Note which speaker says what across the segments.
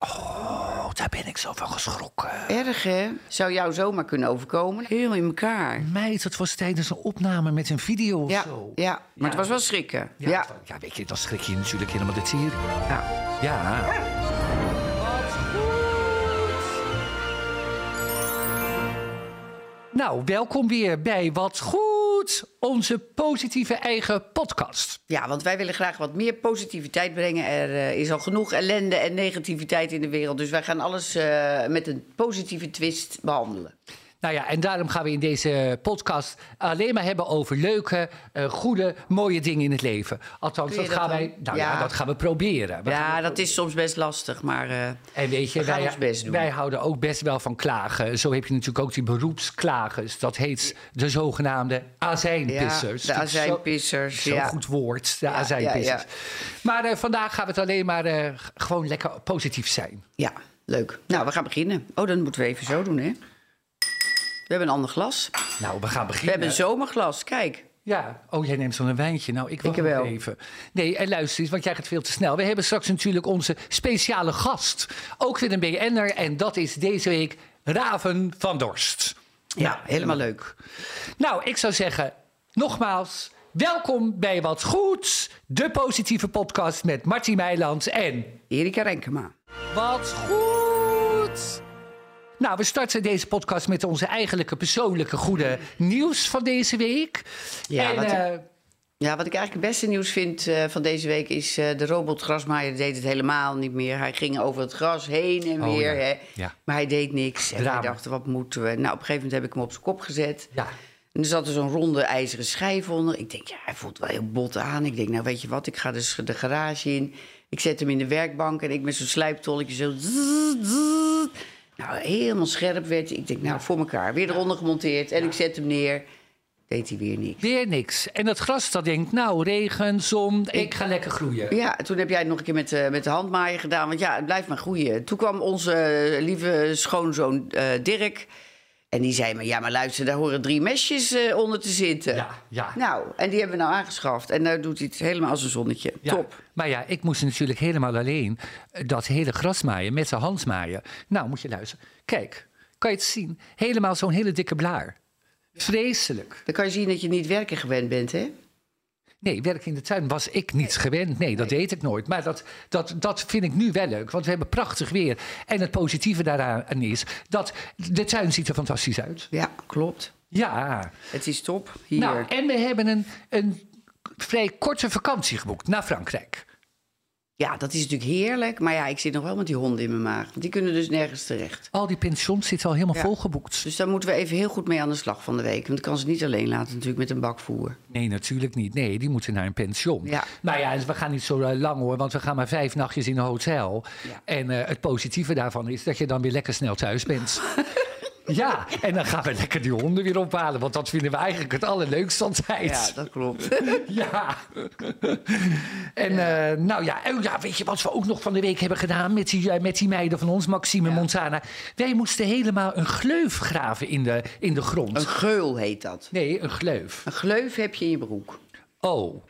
Speaker 1: Oh, ben ik zo van geschrokken.
Speaker 2: Erg, hè? Zou jou zomaar kunnen overkomen. Heel in elkaar.
Speaker 1: Meid, dat was tijdens een opname met een video of
Speaker 2: Ja,
Speaker 1: zo.
Speaker 2: ja. maar het was wel schrikken. Ja.
Speaker 1: Ja, het- ja, weet je, dan schrik je natuurlijk helemaal de tier.
Speaker 2: Ja.
Speaker 1: Ja. Nou, welkom weer bij Wat Goed, onze positieve eigen podcast.
Speaker 2: Ja, want wij willen graag wat meer positiviteit brengen. Er eh, is al genoeg ellende en negativiteit in de wereld. Dus wij gaan alles eh, met een positieve twist behandelen.
Speaker 1: Nou ja, en daarom gaan we in deze podcast alleen maar hebben over leuke, eh, goede, mooie dingen in het leven. Althans,
Speaker 2: Kun
Speaker 1: dat
Speaker 2: je
Speaker 1: gaan,
Speaker 2: dat
Speaker 1: wij,
Speaker 2: dan?
Speaker 1: nou ja.
Speaker 2: Ja.
Speaker 1: dat gaan we proberen. We gaan-
Speaker 2: Ja, dat is soms best lastig, maar... eh,
Speaker 1: En weet je,
Speaker 2: We gaan
Speaker 1: wij,
Speaker 2: ons best doen.
Speaker 1: wij houden ook best wel van klagen. Zo heb je natuurlijk ook die beroepsklagers. Dat heet de zogenaamde azijnpissers.
Speaker 2: Ja, de
Speaker 1: Dat is zo-
Speaker 2: azijnpissers,
Speaker 1: Zo'n
Speaker 2: ja.
Speaker 1: goed woord, de
Speaker 2: ja,
Speaker 1: azijnpissers.
Speaker 2: ja.
Speaker 1: Maar eh, vandaag gaan we het alleen maar eh, g- gewoon lekker positief zijn.
Speaker 2: Ja, leuk. Nou, we gaan beginnen. Oh, dan moeten we even zo doen, hè? We hebben een ander glas.
Speaker 1: Nou, we gaan
Speaker 2: We
Speaker 1: beginnen.
Speaker 2: hebben een zomerglas, kijk.
Speaker 1: Ja, oh, jij neemt zo'n wijntje. Nou, ik wacht
Speaker 2: Ik wel.
Speaker 1: nog even. Nee, en luister eens, want jij gaat veel te snel. We hebben straks natuurlijk onze speciale gast. Ook weer een BN'er en dat is deze week Raven van Dorst.
Speaker 2: Ja, helemaal leuk.
Speaker 1: Nou, ik zou zeggen, nogmaals, welkom bij Wat Goeds, de positieve podcast met Martin Meilands en
Speaker 2: Erika Renkema.
Speaker 1: Wat Goed. Nou, we starten deze podcast met onze eigenlijke persoonlijke goede nieuws van deze week.
Speaker 2: Ja,
Speaker 1: en,
Speaker 2: wat-
Speaker 1: eh,
Speaker 2: Ja, wat ik eigenlijk het beste nieuws vind eh, van deze week is... eh, de robot grasmaaier deed het helemaal niet meer. Hij ging over het gras heen en
Speaker 1: Oh,
Speaker 2: weer.
Speaker 1: ja.
Speaker 2: Hè.
Speaker 1: Ja.
Speaker 2: Maar hij deed niks. En
Speaker 1: Drama.
Speaker 2: wij dachten, wat moeten we? Nou, op een gegeven moment heb ik hem op zijn kop gezet.
Speaker 1: ja.
Speaker 2: En er zat er zo'n ronde ijzeren schijf onder. Ik denk, ja, hij voelt wel heel bot aan. Ik denk, nou weet je wat, ik ga dus de garage in. Ik zet hem in de werkbank en ik met zo'n slijptolletje zo... zzz, zzz. Nou, helemaal scherp werd hij. Ik denk, nou, voor elkaar. Weer eronder gemonteerd en ik zet hem neer. Deed hij weer niks.
Speaker 1: Weer niks. En dat gras dat denkt, nou, regen, zon, ik ga lekker groeien.
Speaker 2: Ja, toen heb jij het nog een keer met, eh, met de handmaaien gedaan. Want ja, het blijft maar groeien. Toen kwam onze eh, lieve schoonzoon eh, Dirk. En die zei me, ja, maar luister, daar horen drie mesjes eh, onder te zitten.
Speaker 1: Ja, ja.
Speaker 2: Nou, en die hebben we nou aangeschaft. En daar doet hij het helemaal als een zonnetje.
Speaker 1: Ja,
Speaker 2: Top.
Speaker 1: Maar ja, ik moest natuurlijk helemaal alleen eh, dat hele gras maaien met zijn hand maaien. Nou, moet je luisteren. Kijk, kan je het zien? Helemaal zo'n hele dikke blaar. Vreselijk.
Speaker 2: Dan kan je zien dat je niet werken gewend bent, hè?
Speaker 1: Nee, werk in de tuin was ik niet gewend. Nee, dat deed ik nooit. Maar dat, dat, dat vind ik nu wel leuk, want we hebben prachtig weer. En het positieve daaraan is dat de tuin ziet er fantastisch uit.
Speaker 2: Ja, klopt.
Speaker 1: Ja.
Speaker 2: Het is top. Hier.
Speaker 1: Nou, en we hebben een, een vrij korte vakantie geboekt naar Frankrijk.
Speaker 2: Ja, dat is natuurlijk heerlijk. Maar ja, ik zit nog wel met die honden in mijn maag. Want die kunnen dus nergens terecht.
Speaker 1: Al die pensions zitten al helemaal
Speaker 2: Ja.
Speaker 1: volgeboekt.
Speaker 2: Dus daar moeten we even heel goed mee aan de slag van de week. Want ik kan ze niet alleen laten natuurlijk met een bak voer.
Speaker 1: Nee, natuurlijk niet. Nee, die moeten naar een pension.
Speaker 2: Ja.
Speaker 1: Nou ja, dus we gaan niet zo eh, lang hoor, want we gaan maar vijf nachtjes in een hotel.
Speaker 2: Ja.
Speaker 1: En eh, het positieve daarvan is dat je dan weer lekker snel thuis bent. ja, en dan gaan we lekker die honden weer ophalen, want dat vinden we eigenlijk het allerleukste
Speaker 2: Ja,
Speaker 1: altijd.
Speaker 2: dat klopt.
Speaker 1: Ja. en eh, nou ja, en ja, weet je wat we ook nog van de week hebben gedaan met die, eh, met die meiden van ons, Maxime en Montana? Wij moesten helemaal een gleuf graven in de, in de grond.
Speaker 2: Een geul heet dat.
Speaker 1: Nee, een gleuf.
Speaker 2: Een gleuf heb je in je broek.
Speaker 1: Oh.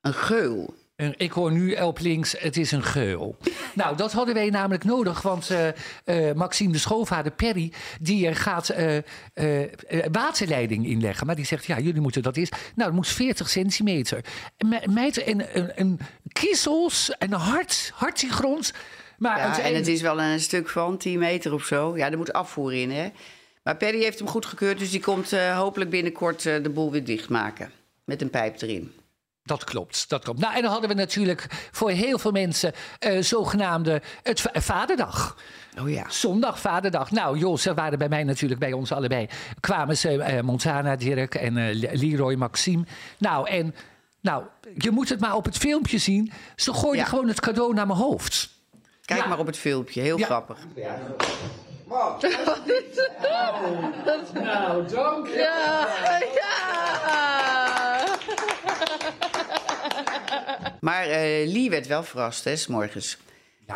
Speaker 2: Een geul.
Speaker 1: En Ik hoor nu Elp links, het is een geul. Nou, dat hadden wij namelijk nodig, want eh, eh, Maxime de schoonvader Perry... die eh, gaat eh, eh, eh, waterleiding inleggen. Maar die zegt, ja, jullie moeten dat eerst... Nou, dat moest 40 centimeter. En me- meid, en, en, en kiezels en hart, hart die grond. Maar
Speaker 2: Ja, en
Speaker 1: uiteindelijk-
Speaker 2: het is wel een stuk van 10 meter of zo. Ja, er moet afvoer in, hè. Maar Perry heeft hem goedgekeurd, dus die komt eh, hopelijk binnenkort eh, de boel weer dichtmaken. Met een pijp erin.
Speaker 1: Dat klopt, dat klopt. Nou, en dan hadden we natuurlijk voor heel veel mensen... eh, zogenaamde het va- vaderdag.
Speaker 2: Oh ja.
Speaker 1: Zondag, vaderdag. Nou, joh, ze waren bij mij natuurlijk, bij ons allebei. Kwamen ze, eh, Montana, Dirk en eh, Le- Leroy, Maxime. Nou, en nou, je moet het maar op het filmpje zien. Ze gooiden
Speaker 2: Ja.
Speaker 1: gewoon het cadeau naar mijn hoofd.
Speaker 2: Kijk
Speaker 1: Ja.
Speaker 2: maar op het filmpje, heel
Speaker 1: Ja.
Speaker 2: grappig.
Speaker 1: Nou, dank je.
Speaker 2: Maar eh Lee werd wel verrast, hè, 's morgens.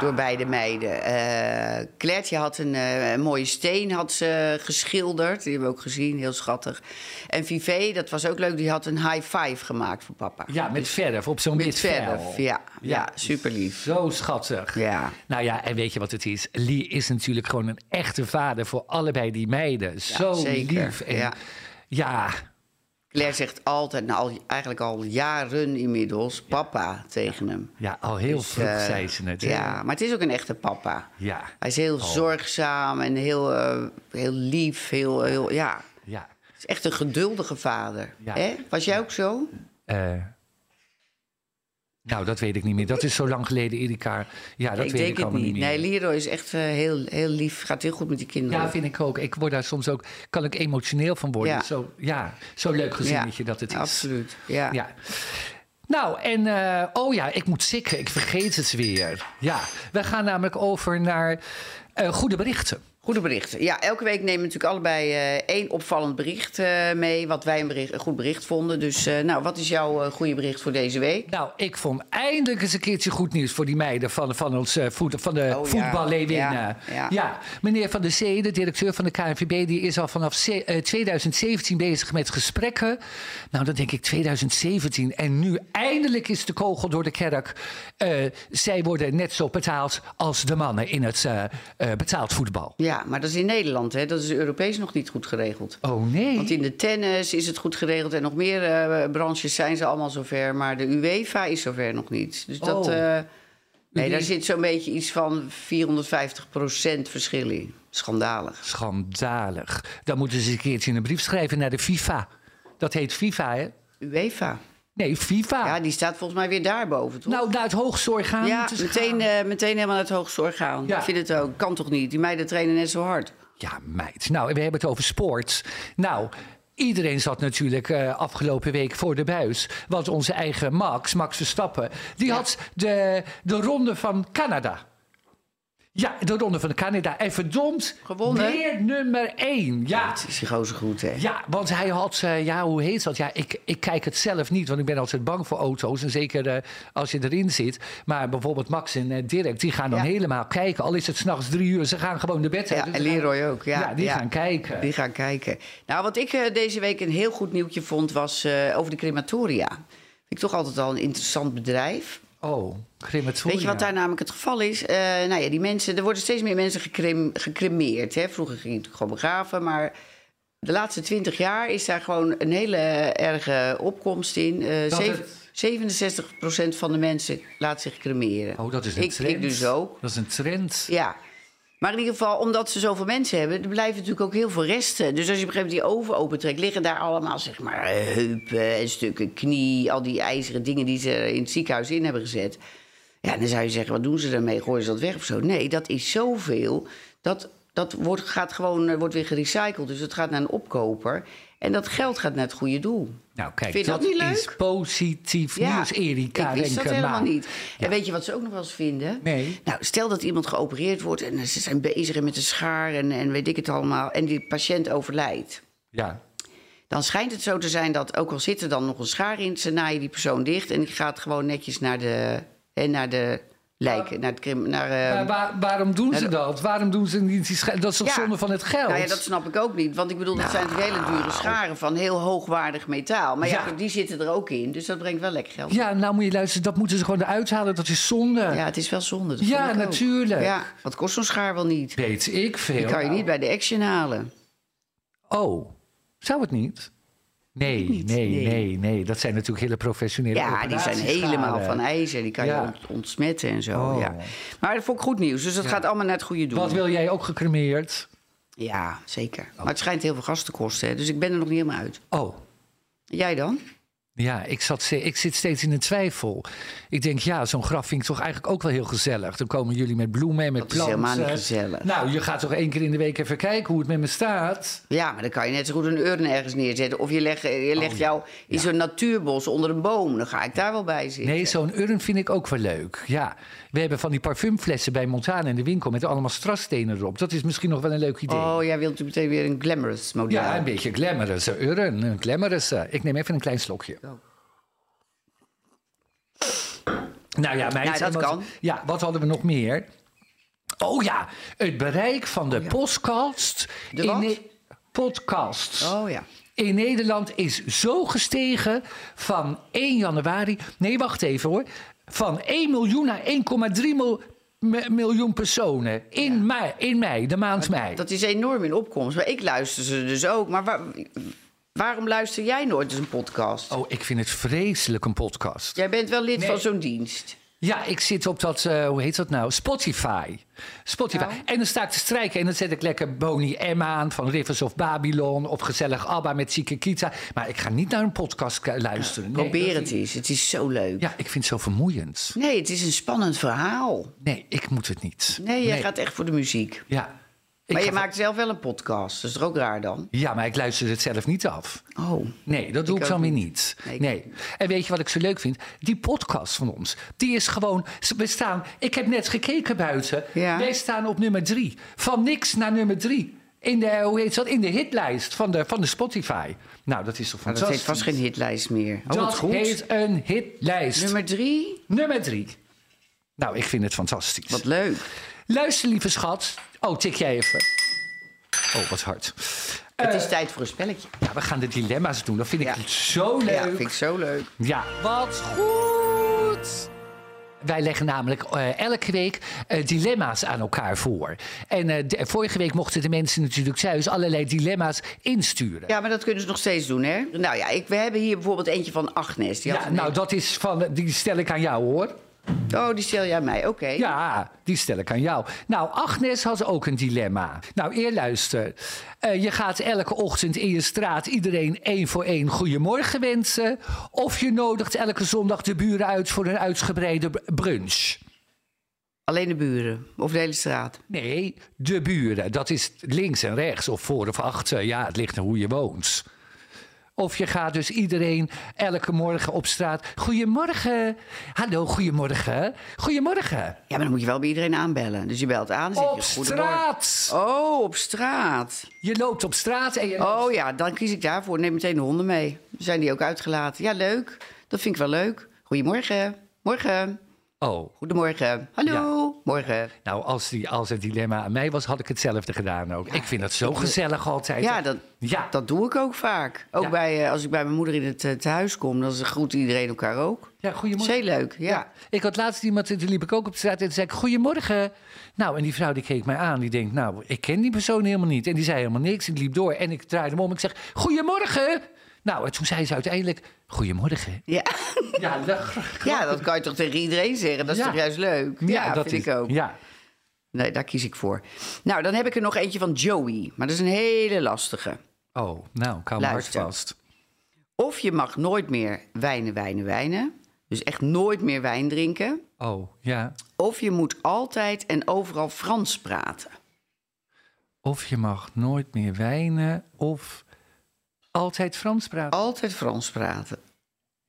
Speaker 2: Door beide meiden. Eh Kletje had een eh, een mooie steen had ze geschilderd. Die hebben we ook gezien, heel schattig. En Vivé, dat was ook leuk, die had een high five gemaakt voor papa.
Speaker 1: Ja, met verf op zo'n
Speaker 2: Met
Speaker 1: wit
Speaker 2: verf,
Speaker 1: vel.
Speaker 2: ja. Ja, super lief.
Speaker 1: Zo schattig.
Speaker 2: Ja.
Speaker 1: Nou ja, en weet je wat het is? Lee is natuurlijk gewoon een echte vader voor allebei die meiden. Zo
Speaker 2: zeker.
Speaker 1: lief. En
Speaker 2: Ja.
Speaker 1: ja,
Speaker 2: Claire zegt altijd, nou, al- eigenlijk al jaren inmiddels, papa tegen hem.
Speaker 1: ja, al heel vroeg
Speaker 2: Eh,
Speaker 1: zei ze het. hè?
Speaker 2: Ja, maar het is ook een echte papa.
Speaker 1: Ja.
Speaker 2: Hij is heel zorgzaam en heel, eh, heel lief. Heel, heel, ja.
Speaker 1: ja.
Speaker 2: Het is echt een geduldige vader.
Speaker 1: Ja.
Speaker 2: Hè? Was jij ook zo?
Speaker 1: Eh, nou, dat weet ik niet meer. Dat is zo lang geleden, Erika. Ja, dat weet
Speaker 2: ik denk
Speaker 1: ik
Speaker 2: het
Speaker 1: allemaal
Speaker 2: niet.
Speaker 1: niet meer.
Speaker 2: Nee, Leroy is echt eh, heel, heel lief. Gaat heel goed met die kinderen.
Speaker 1: Ja, vind ik ook. Ik word daar soms ook, kan ik emotioneel van worden.
Speaker 2: Ja.
Speaker 1: Zo, ja, zo leuk gezinnetje
Speaker 2: Ja,
Speaker 1: dat het is.
Speaker 2: Absoluut. Ja.
Speaker 1: Ja. Nou, en eh, oh ja, ik moet sikken. Ik vergeet het weer. Ja, we gaan namelijk over naar eh, goede berichten.
Speaker 2: Goede berichten. Ja, elke week nemen we natuurlijk allebei eh, één opvallend bericht eh, mee. Wat wij een, bericht, een goed bericht vonden. Dus eh, nou, wat is jouw eh, goede bericht voor deze week?
Speaker 1: Nou, ik vond eindelijk eens een keertje goed nieuws voor die meiden van, van, ons, eh, voet, van de
Speaker 2: Oh, ja.
Speaker 1: voetballeeuwinnen.
Speaker 2: Ja, ja.
Speaker 1: meneer Van der Zee, de directeur van de KNVB, die is al vanaf ze- eh, 2017 bezig met gesprekken. Nou, dan denk ik 2017. En nu eindelijk is de kogel door de kerk. Eh, zij worden net zo betaald als de mannen in het eh, eh, betaald voetbal.
Speaker 2: Ja, maar dat is in Nederland, hè? Dat is Europees nog niet goed geregeld.
Speaker 1: Oh nee.
Speaker 2: Want in de tennis is het goed geregeld en nog meer eh, branches zijn ze allemaal zover. Maar de UEFA is zover nog niet. Dus dat.
Speaker 1: Oh.
Speaker 2: eh, nee,
Speaker 1: Ide-
Speaker 2: daar zit zo'n beetje iets van 450 verschil in. Schandalig.
Speaker 1: Schandalig. Dan moeten ze een keertje een brief schrijven naar de FIFA. Dat heet FIFA, hè?
Speaker 2: UEFA.
Speaker 1: Nee, FIFA.
Speaker 2: Ja, die staat volgens mij weer daarboven, toch?
Speaker 1: Nou, naar het hoogste orgaan.
Speaker 2: ja,
Speaker 1: moeten ze
Speaker 2: meteen,
Speaker 1: gaan.
Speaker 2: eh, meteen helemaal naar het hoogste orgaan.
Speaker 1: Ja.
Speaker 2: Ik vind het ook. Kan toch niet? Die meiden trainen net zo hard.
Speaker 1: Ja, meid. Nou, we hebben het over sport. Nou. Iedereen zat natuurlijk eh, afgelopen week voor de buis. Want onze eigen Max, Max Verstappen, die had de, de ronde van Canada. Ja, de ronde van Canada. En verdomd,
Speaker 2: Gewonnen.
Speaker 1: weer nummer één. Ja,
Speaker 2: Het is die gozer goed, hè?
Speaker 1: Ja, want hij had, eh, ja, hoe heet dat? Ja, ik, ik kijk het zelf niet, want ik ben altijd bang voor auto's. En zeker eh, als je erin zit. Maar bijvoorbeeld Max en eh, Dirk, die gaan dan
Speaker 2: Ja.
Speaker 1: helemaal kijken. Al is het s'nachts drie uur, ze gaan gewoon de bed
Speaker 2: Ja,
Speaker 1: uit. Dus
Speaker 2: en
Speaker 1: ze gaan-
Speaker 2: Leroy ook. Ja,
Speaker 1: Ja, die gaan kijken.
Speaker 2: Die gaan kijken. Nou, wat ik eh, deze week een heel goed nieuwtje vond, was eh, over de crematoria. Vind ik toch altijd al een interessant bedrijf.
Speaker 1: Oh, crematoria.
Speaker 2: Weet je wat daar namelijk het geval is? Eh, nou ja, die mensen, er worden steeds meer mensen gecrem, gecremeerd. Hè? Vroeger ging je natuurlijk gewoon begraven, maar de laatste twintig jaar is daar gewoon een hele erge opkomst in. Eh,
Speaker 1: Dat
Speaker 2: zeven-
Speaker 1: het-
Speaker 2: 67% van de mensen laat zich cremeren.
Speaker 1: Oh, dat is een
Speaker 2: ik,
Speaker 1: trend.
Speaker 2: Ik dus ook.
Speaker 1: Dat is een trend.
Speaker 2: Ja. Maar in ieder geval, omdat ze zoveel mensen hebben, er blijven natuurlijk ook heel veel resten. Dus als je op een gegeven moment die oven opentrekt, liggen daar allemaal zeg maar eh, heupen en stukken knie. Al die ijzeren dingen die ze er in het ziekenhuis in hebben gezet. Ja, dan zou je zeggen, wat doen ze daarmee? Gooien ze dat weg of zo? Nee, dat is zoveel. Dat, dat wordt, gaat gewoon, eh, wordt weer gerecycled. Dus het gaat naar een opkoper. En dat geld gaat naar het goede doel.
Speaker 1: Nou, kijk,
Speaker 2: Vind je dat niet
Speaker 1: is
Speaker 2: leuk?
Speaker 1: positief nieuws, Erika
Speaker 2: ik wist dat
Speaker 1: Renkema.
Speaker 2: helemaal niet. En weet je wat ze ook nog wel eens vinden?
Speaker 1: Nee.
Speaker 2: Nou, stel dat iemand geopereerd wordt en ze zijn bezig met een schaar en, en weet ik het allemaal. En die patiënt overlijdt.
Speaker 1: Ja.
Speaker 2: Dan schijnt het zo te zijn dat, ook al zit er dan nog een schaar in, ze naaien die persoon dicht en die gaat gewoon netjes naar de, hè, naar de lijken, naar het krim, naar... eh,
Speaker 1: Maar waar- waarom doen ze
Speaker 2: dat-
Speaker 1: dat? Waarom doen ze niet die scha- Dat is toch
Speaker 2: ja.
Speaker 1: zonde van het geld?
Speaker 2: Nou ja, dat snap ik ook niet. Want ik bedoel, dat zijn natuurlijk hele dure scharen van heel hoogwaardig metaal. Maar ja,
Speaker 1: Ja.
Speaker 2: die zitten er ook in, dus dat brengt wel lekker geld.
Speaker 1: Ja, nou moet je luisteren, dat moeten ze gewoon eruit halen. Dat is zonde.
Speaker 2: Ja, het is wel zonde. dat
Speaker 1: Ja,
Speaker 2: vond ik ook.
Speaker 1: natuurlijk.
Speaker 2: Ja, wat kost zo'n schaar wel niet?
Speaker 1: Weet ik veel.
Speaker 2: Die kan je niet bij de action halen.
Speaker 1: Oh, zou het niet? Nee,
Speaker 2: niet,
Speaker 1: nee, nee,
Speaker 2: nee.
Speaker 1: nee, Dat zijn natuurlijk hele professionele
Speaker 2: Ja, die zijn
Speaker 1: operatieschalen.
Speaker 2: helemaal van ijzer. Die kan
Speaker 1: Ja.
Speaker 2: je ont- ontsmetten en zo.
Speaker 1: Oh.
Speaker 2: Ja. Maar dat vond ik goed nieuws. Dus dat gaat allemaal naar het goede doel.
Speaker 1: Wat wil Oh. jij ook gecremeerd?
Speaker 2: Ja, zeker. Maar het schijnt heel veel gas te kosten. Hè? Dus ik ben er nog niet helemaal uit.
Speaker 1: Oh,
Speaker 2: Jij dan?
Speaker 1: ja, ik, zat, ze- ik zit steeds in een twijfel. Ik denk, ja, zo'n graf vind ik toch eigenlijk ook wel heel gezellig. Dan komen jullie met bloemen en met
Speaker 2: Dat is
Speaker 1: planten.
Speaker 2: helemaal niet gezellig.
Speaker 1: Nou, je gaat toch één keer in de week even kijken hoe het met me staat?
Speaker 2: Ja, maar dan kan je net zo goed een urn ergens neerzetten. Of je legt, eh, je legt
Speaker 1: Oh,
Speaker 2: jou in zo'n natuurbos onder een boom. Dan ga ik eh, daar wel bij zitten.
Speaker 1: Nee, zo'n urn vind ik ook wel leuk. Ja, we hebben van die parfumflessen bij Montaan in de winkel... met allemaal strasstenen erop. Dat is misschien nog wel een leuk idee.
Speaker 2: Oh, jij wilt natuurlijk meteen weer een glamorous model.
Speaker 1: Ja, een beetje glamorous urn, een glamorous. Ik neem even een klein slokje. Nou ja, meid,
Speaker 2: Nou, dat
Speaker 1: en wat-
Speaker 2: kan.
Speaker 1: Ja, wat hadden we nog meer? Oh ja, het bereik van de podcast.
Speaker 2: Oh De
Speaker 1: in
Speaker 2: wat?
Speaker 1: Ne- podcasts.
Speaker 2: Oh ja.
Speaker 1: In Nederland is zo gestegen van 1 januari. Nee, wacht even hoor. Van 1 miljoen naar 1,3 mil- m- miljoen personen. In, mei, in mei, de maand mei.
Speaker 2: Dat is enorm in opkomst. Maar ik luister ze dus ook. Maar waar- waarom luister jij nooit eens een podcast?
Speaker 1: Oh, ik vind het vreselijk een podcast.
Speaker 2: Jij bent wel lid
Speaker 1: Nee.
Speaker 2: van zo'n dienst.
Speaker 1: Ja, ik zit op dat, eh, hoe heet dat nou? Spotify. Spotify.
Speaker 2: Ja.
Speaker 1: En dan sta ik te strijken en dan zet ik lekker Boni M aan van Rivers of Babylon. Of gezellig Abba met Zieke Kita. Maar ik ga niet naar een podcast k- luisteren. Nee,
Speaker 2: Probeer
Speaker 1: dat-
Speaker 2: het eens. Het is zo leuk.
Speaker 1: Ja, ik vind het zo vermoeiend.
Speaker 2: Nee, het is een spannend verhaal.
Speaker 1: Nee, ik moet het niet.
Speaker 2: Nee, jij gaat echt voor de muziek.
Speaker 1: Ja. Ik
Speaker 2: Maar je
Speaker 1: ga-
Speaker 2: maakt zelf wel een podcast. Dat is toch ook raar dan?
Speaker 1: Ja, maar ik luister het zelf niet af.
Speaker 2: Oh.
Speaker 1: Nee, dat doe ik,
Speaker 2: ook
Speaker 1: dan weer
Speaker 2: niet.
Speaker 1: niet.
Speaker 2: Nee,
Speaker 1: Nee,
Speaker 2: ik-
Speaker 1: En weet je wat ik zo leuk vind? Die podcast van ons, die is gewoon... ze- We staan, ik heb net gekeken buiten.
Speaker 2: Ja.
Speaker 1: Wij staan op nummer drie. Van niks naar nummer drie. In de, hoe heet dat? In de hitlijst van de, van de Spotify. Nou, dat is toch
Speaker 2: Maar dat heeft
Speaker 1: fantastisch.
Speaker 2: vast geen hitlijst meer. Oh, wat
Speaker 1: dat
Speaker 2: goed.
Speaker 1: heet een hitlijst. Nummer...
Speaker 2: Nummer drie.
Speaker 1: drie. Nou, ik vind het fantastisch.
Speaker 2: Wat leuk.
Speaker 1: Luister, lieve schat. Oh, tik jij even. Oh, wat hard.
Speaker 2: het
Speaker 1: Eh,
Speaker 2: is tijd voor een spelletje.
Speaker 1: Ja, we gaan de dilemma's doen. Dat vind ik
Speaker 2: Ja.
Speaker 1: zo leuk.
Speaker 2: Ja, vind ik zo leuk.
Speaker 1: Ja, wat goed! Wij leggen namelijk eh, elke week eh, dilemma's aan elkaar voor. En eh, de- vorige week mochten de mensen natuurlijk thuis allerlei dilemma's insturen.
Speaker 2: Ja, maar dat kunnen ze nog steeds doen, hè? Nou ja, ik, we hebben hier bijvoorbeeld eentje van Agnes. Die had
Speaker 1: Ja,
Speaker 2: een-
Speaker 1: nou, dat is van, die stel ik aan jou hoor.
Speaker 2: Oh, die stel jij mij. Oké.
Speaker 1: Ja, die stel ik aan jou. Nou, Agnes had ook een dilemma. Nou, eer luister. Eh, je gaat elke ochtend in je straat iedereen één voor één goeiemorgen wensen. Of je nodigt elke zondag de buren uit voor een uitgebreide br- brunch.
Speaker 2: Alleen de buren. Of de hele straat.
Speaker 1: Nee, de buren. Dat is links en rechts of voor of achter. Ja, het ligt aan hoe je woont. Of je gaat dus iedereen elke morgen op straat. Goedemorgen. Hallo, goedemorgen. Goedemorgen.
Speaker 2: Ja, maar dan moet je wel bij iedereen aanbellen. Dus je belt aan en zeg
Speaker 1: Op
Speaker 2: je goedemorgen.
Speaker 1: straat.
Speaker 2: Oh, op straat.
Speaker 1: Je loopt op straat en je.
Speaker 2: Oh ja, dan kies ik daarvoor. Neem meteen de honden mee. Dan Zijn die ook uitgelaten? Ja, leuk. Dat vind ik wel leuk. Goedemorgen. Morgen.
Speaker 1: Oh,
Speaker 2: Goedemorgen. Hallo. Morgen.
Speaker 1: nou, als, die, als het dilemma aan mij was, had ik hetzelfde gedaan ook. ik vind dat zo gezellig altijd.
Speaker 2: Ja, dat,
Speaker 1: ja.
Speaker 2: dat doe ik ook vaak. Ook
Speaker 1: Ja.
Speaker 2: bij, eh, als ik bij mijn moeder in het eh, tehuis kom, dan groet iedereen elkaar ook.
Speaker 1: ja
Speaker 2: Dat is
Speaker 1: goedemorgen.
Speaker 2: heel leuk, ja.
Speaker 1: Ik had laatst iemand, die liep ik ook op straat en toen zei ik, goedemorgen. Nou, en die vrouw die keek mij aan, die denkt, nou, ik ken die persoon helemaal niet. En die zei helemaal niks en die liep door en ik draaide hem om. Ik zeg, goedemorgen. Nou, en toen zei ze uiteindelijk, goedemorgen.
Speaker 2: Ja.
Speaker 1: Ja,
Speaker 2: ja, dat kan je toch tegen iedereen zeggen? Dat is
Speaker 1: Ja.
Speaker 2: toch juist leuk? Ja, dat vind
Speaker 1: is-
Speaker 2: ik ook.
Speaker 1: Ja.
Speaker 2: Nee, daar kies ik voor. Nou, dan heb ik er nog eentje van Joey. Maar dat is een hele lastige.
Speaker 1: Oh, nou, ik hou mijn hart
Speaker 2: Luister.
Speaker 1: vast.
Speaker 2: Of je mag nooit meer wijnen, wijnen, wijnen. Dus echt nooit meer wijn drinken.
Speaker 1: Oh, ja.
Speaker 2: Of je moet altijd en overal Frans praten.
Speaker 1: Of je mag nooit meer wijnen of altijd Frans praten.
Speaker 2: Altijd Frans praten.
Speaker 1: Oh.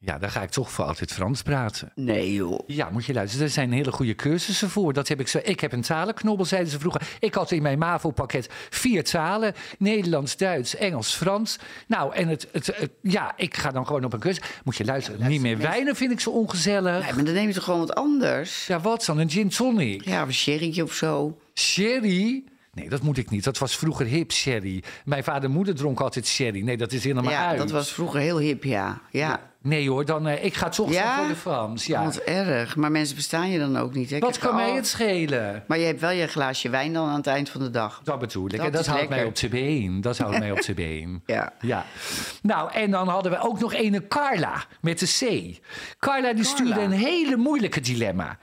Speaker 1: Ja, daar ga ik toch voor altijd Frans praten.
Speaker 2: Nee joh.
Speaker 1: Ja, moet je luisteren. Er zijn hele goede cursussen voor. Dat heb ik, zo. ik heb een talenknobbel, zeiden ze vroeger. Ik had in mijn MAVO-pakket vier talen. Nederlands, Duits, Engels, Frans. Nou, en het, het, het- ja, ik ga dan gewoon op een cursus. Moet je luisteren. niet meer wijnen vind ik zo ongezellig.
Speaker 2: Nee, maar dan neem je toch gewoon wat anders?
Speaker 1: Ja, wat dan? Een gin tonic.
Speaker 2: Ja, of een sherrytje of zo.
Speaker 1: Sherry? Nee, dat moet ik niet. Dat was vroeger hip, sherry. Mijn vader en moeder dronk altijd sherry. Nee, dat is helemaal
Speaker 2: ja,
Speaker 1: uit.
Speaker 2: dat was vroeger heel hip, ja. Ja,
Speaker 1: Nee hoor, dan, eh, ik ga toch
Speaker 2: Ja?
Speaker 1: voor de Frans. Ja.
Speaker 2: wat erg. Maar mensen bestaan je dan ook niet. Hè? Ik
Speaker 1: Wat
Speaker 2: heb
Speaker 1: kan mij
Speaker 2: al-
Speaker 1: het schelen?
Speaker 2: Maar je hebt wel je glaasje wijn dan aan het eind van de dag.
Speaker 1: Dat bedoel ik.
Speaker 2: Dat
Speaker 1: en dat
Speaker 2: is
Speaker 1: houdt mij
Speaker 2: lekker.
Speaker 1: op zijn been. Dat houdt mij op zijn been.
Speaker 2: Ja.
Speaker 1: Ja. Nou, en dan hadden we ook nog ene Carla met de C. Carla die stuurde een hele moeilijke dilemma.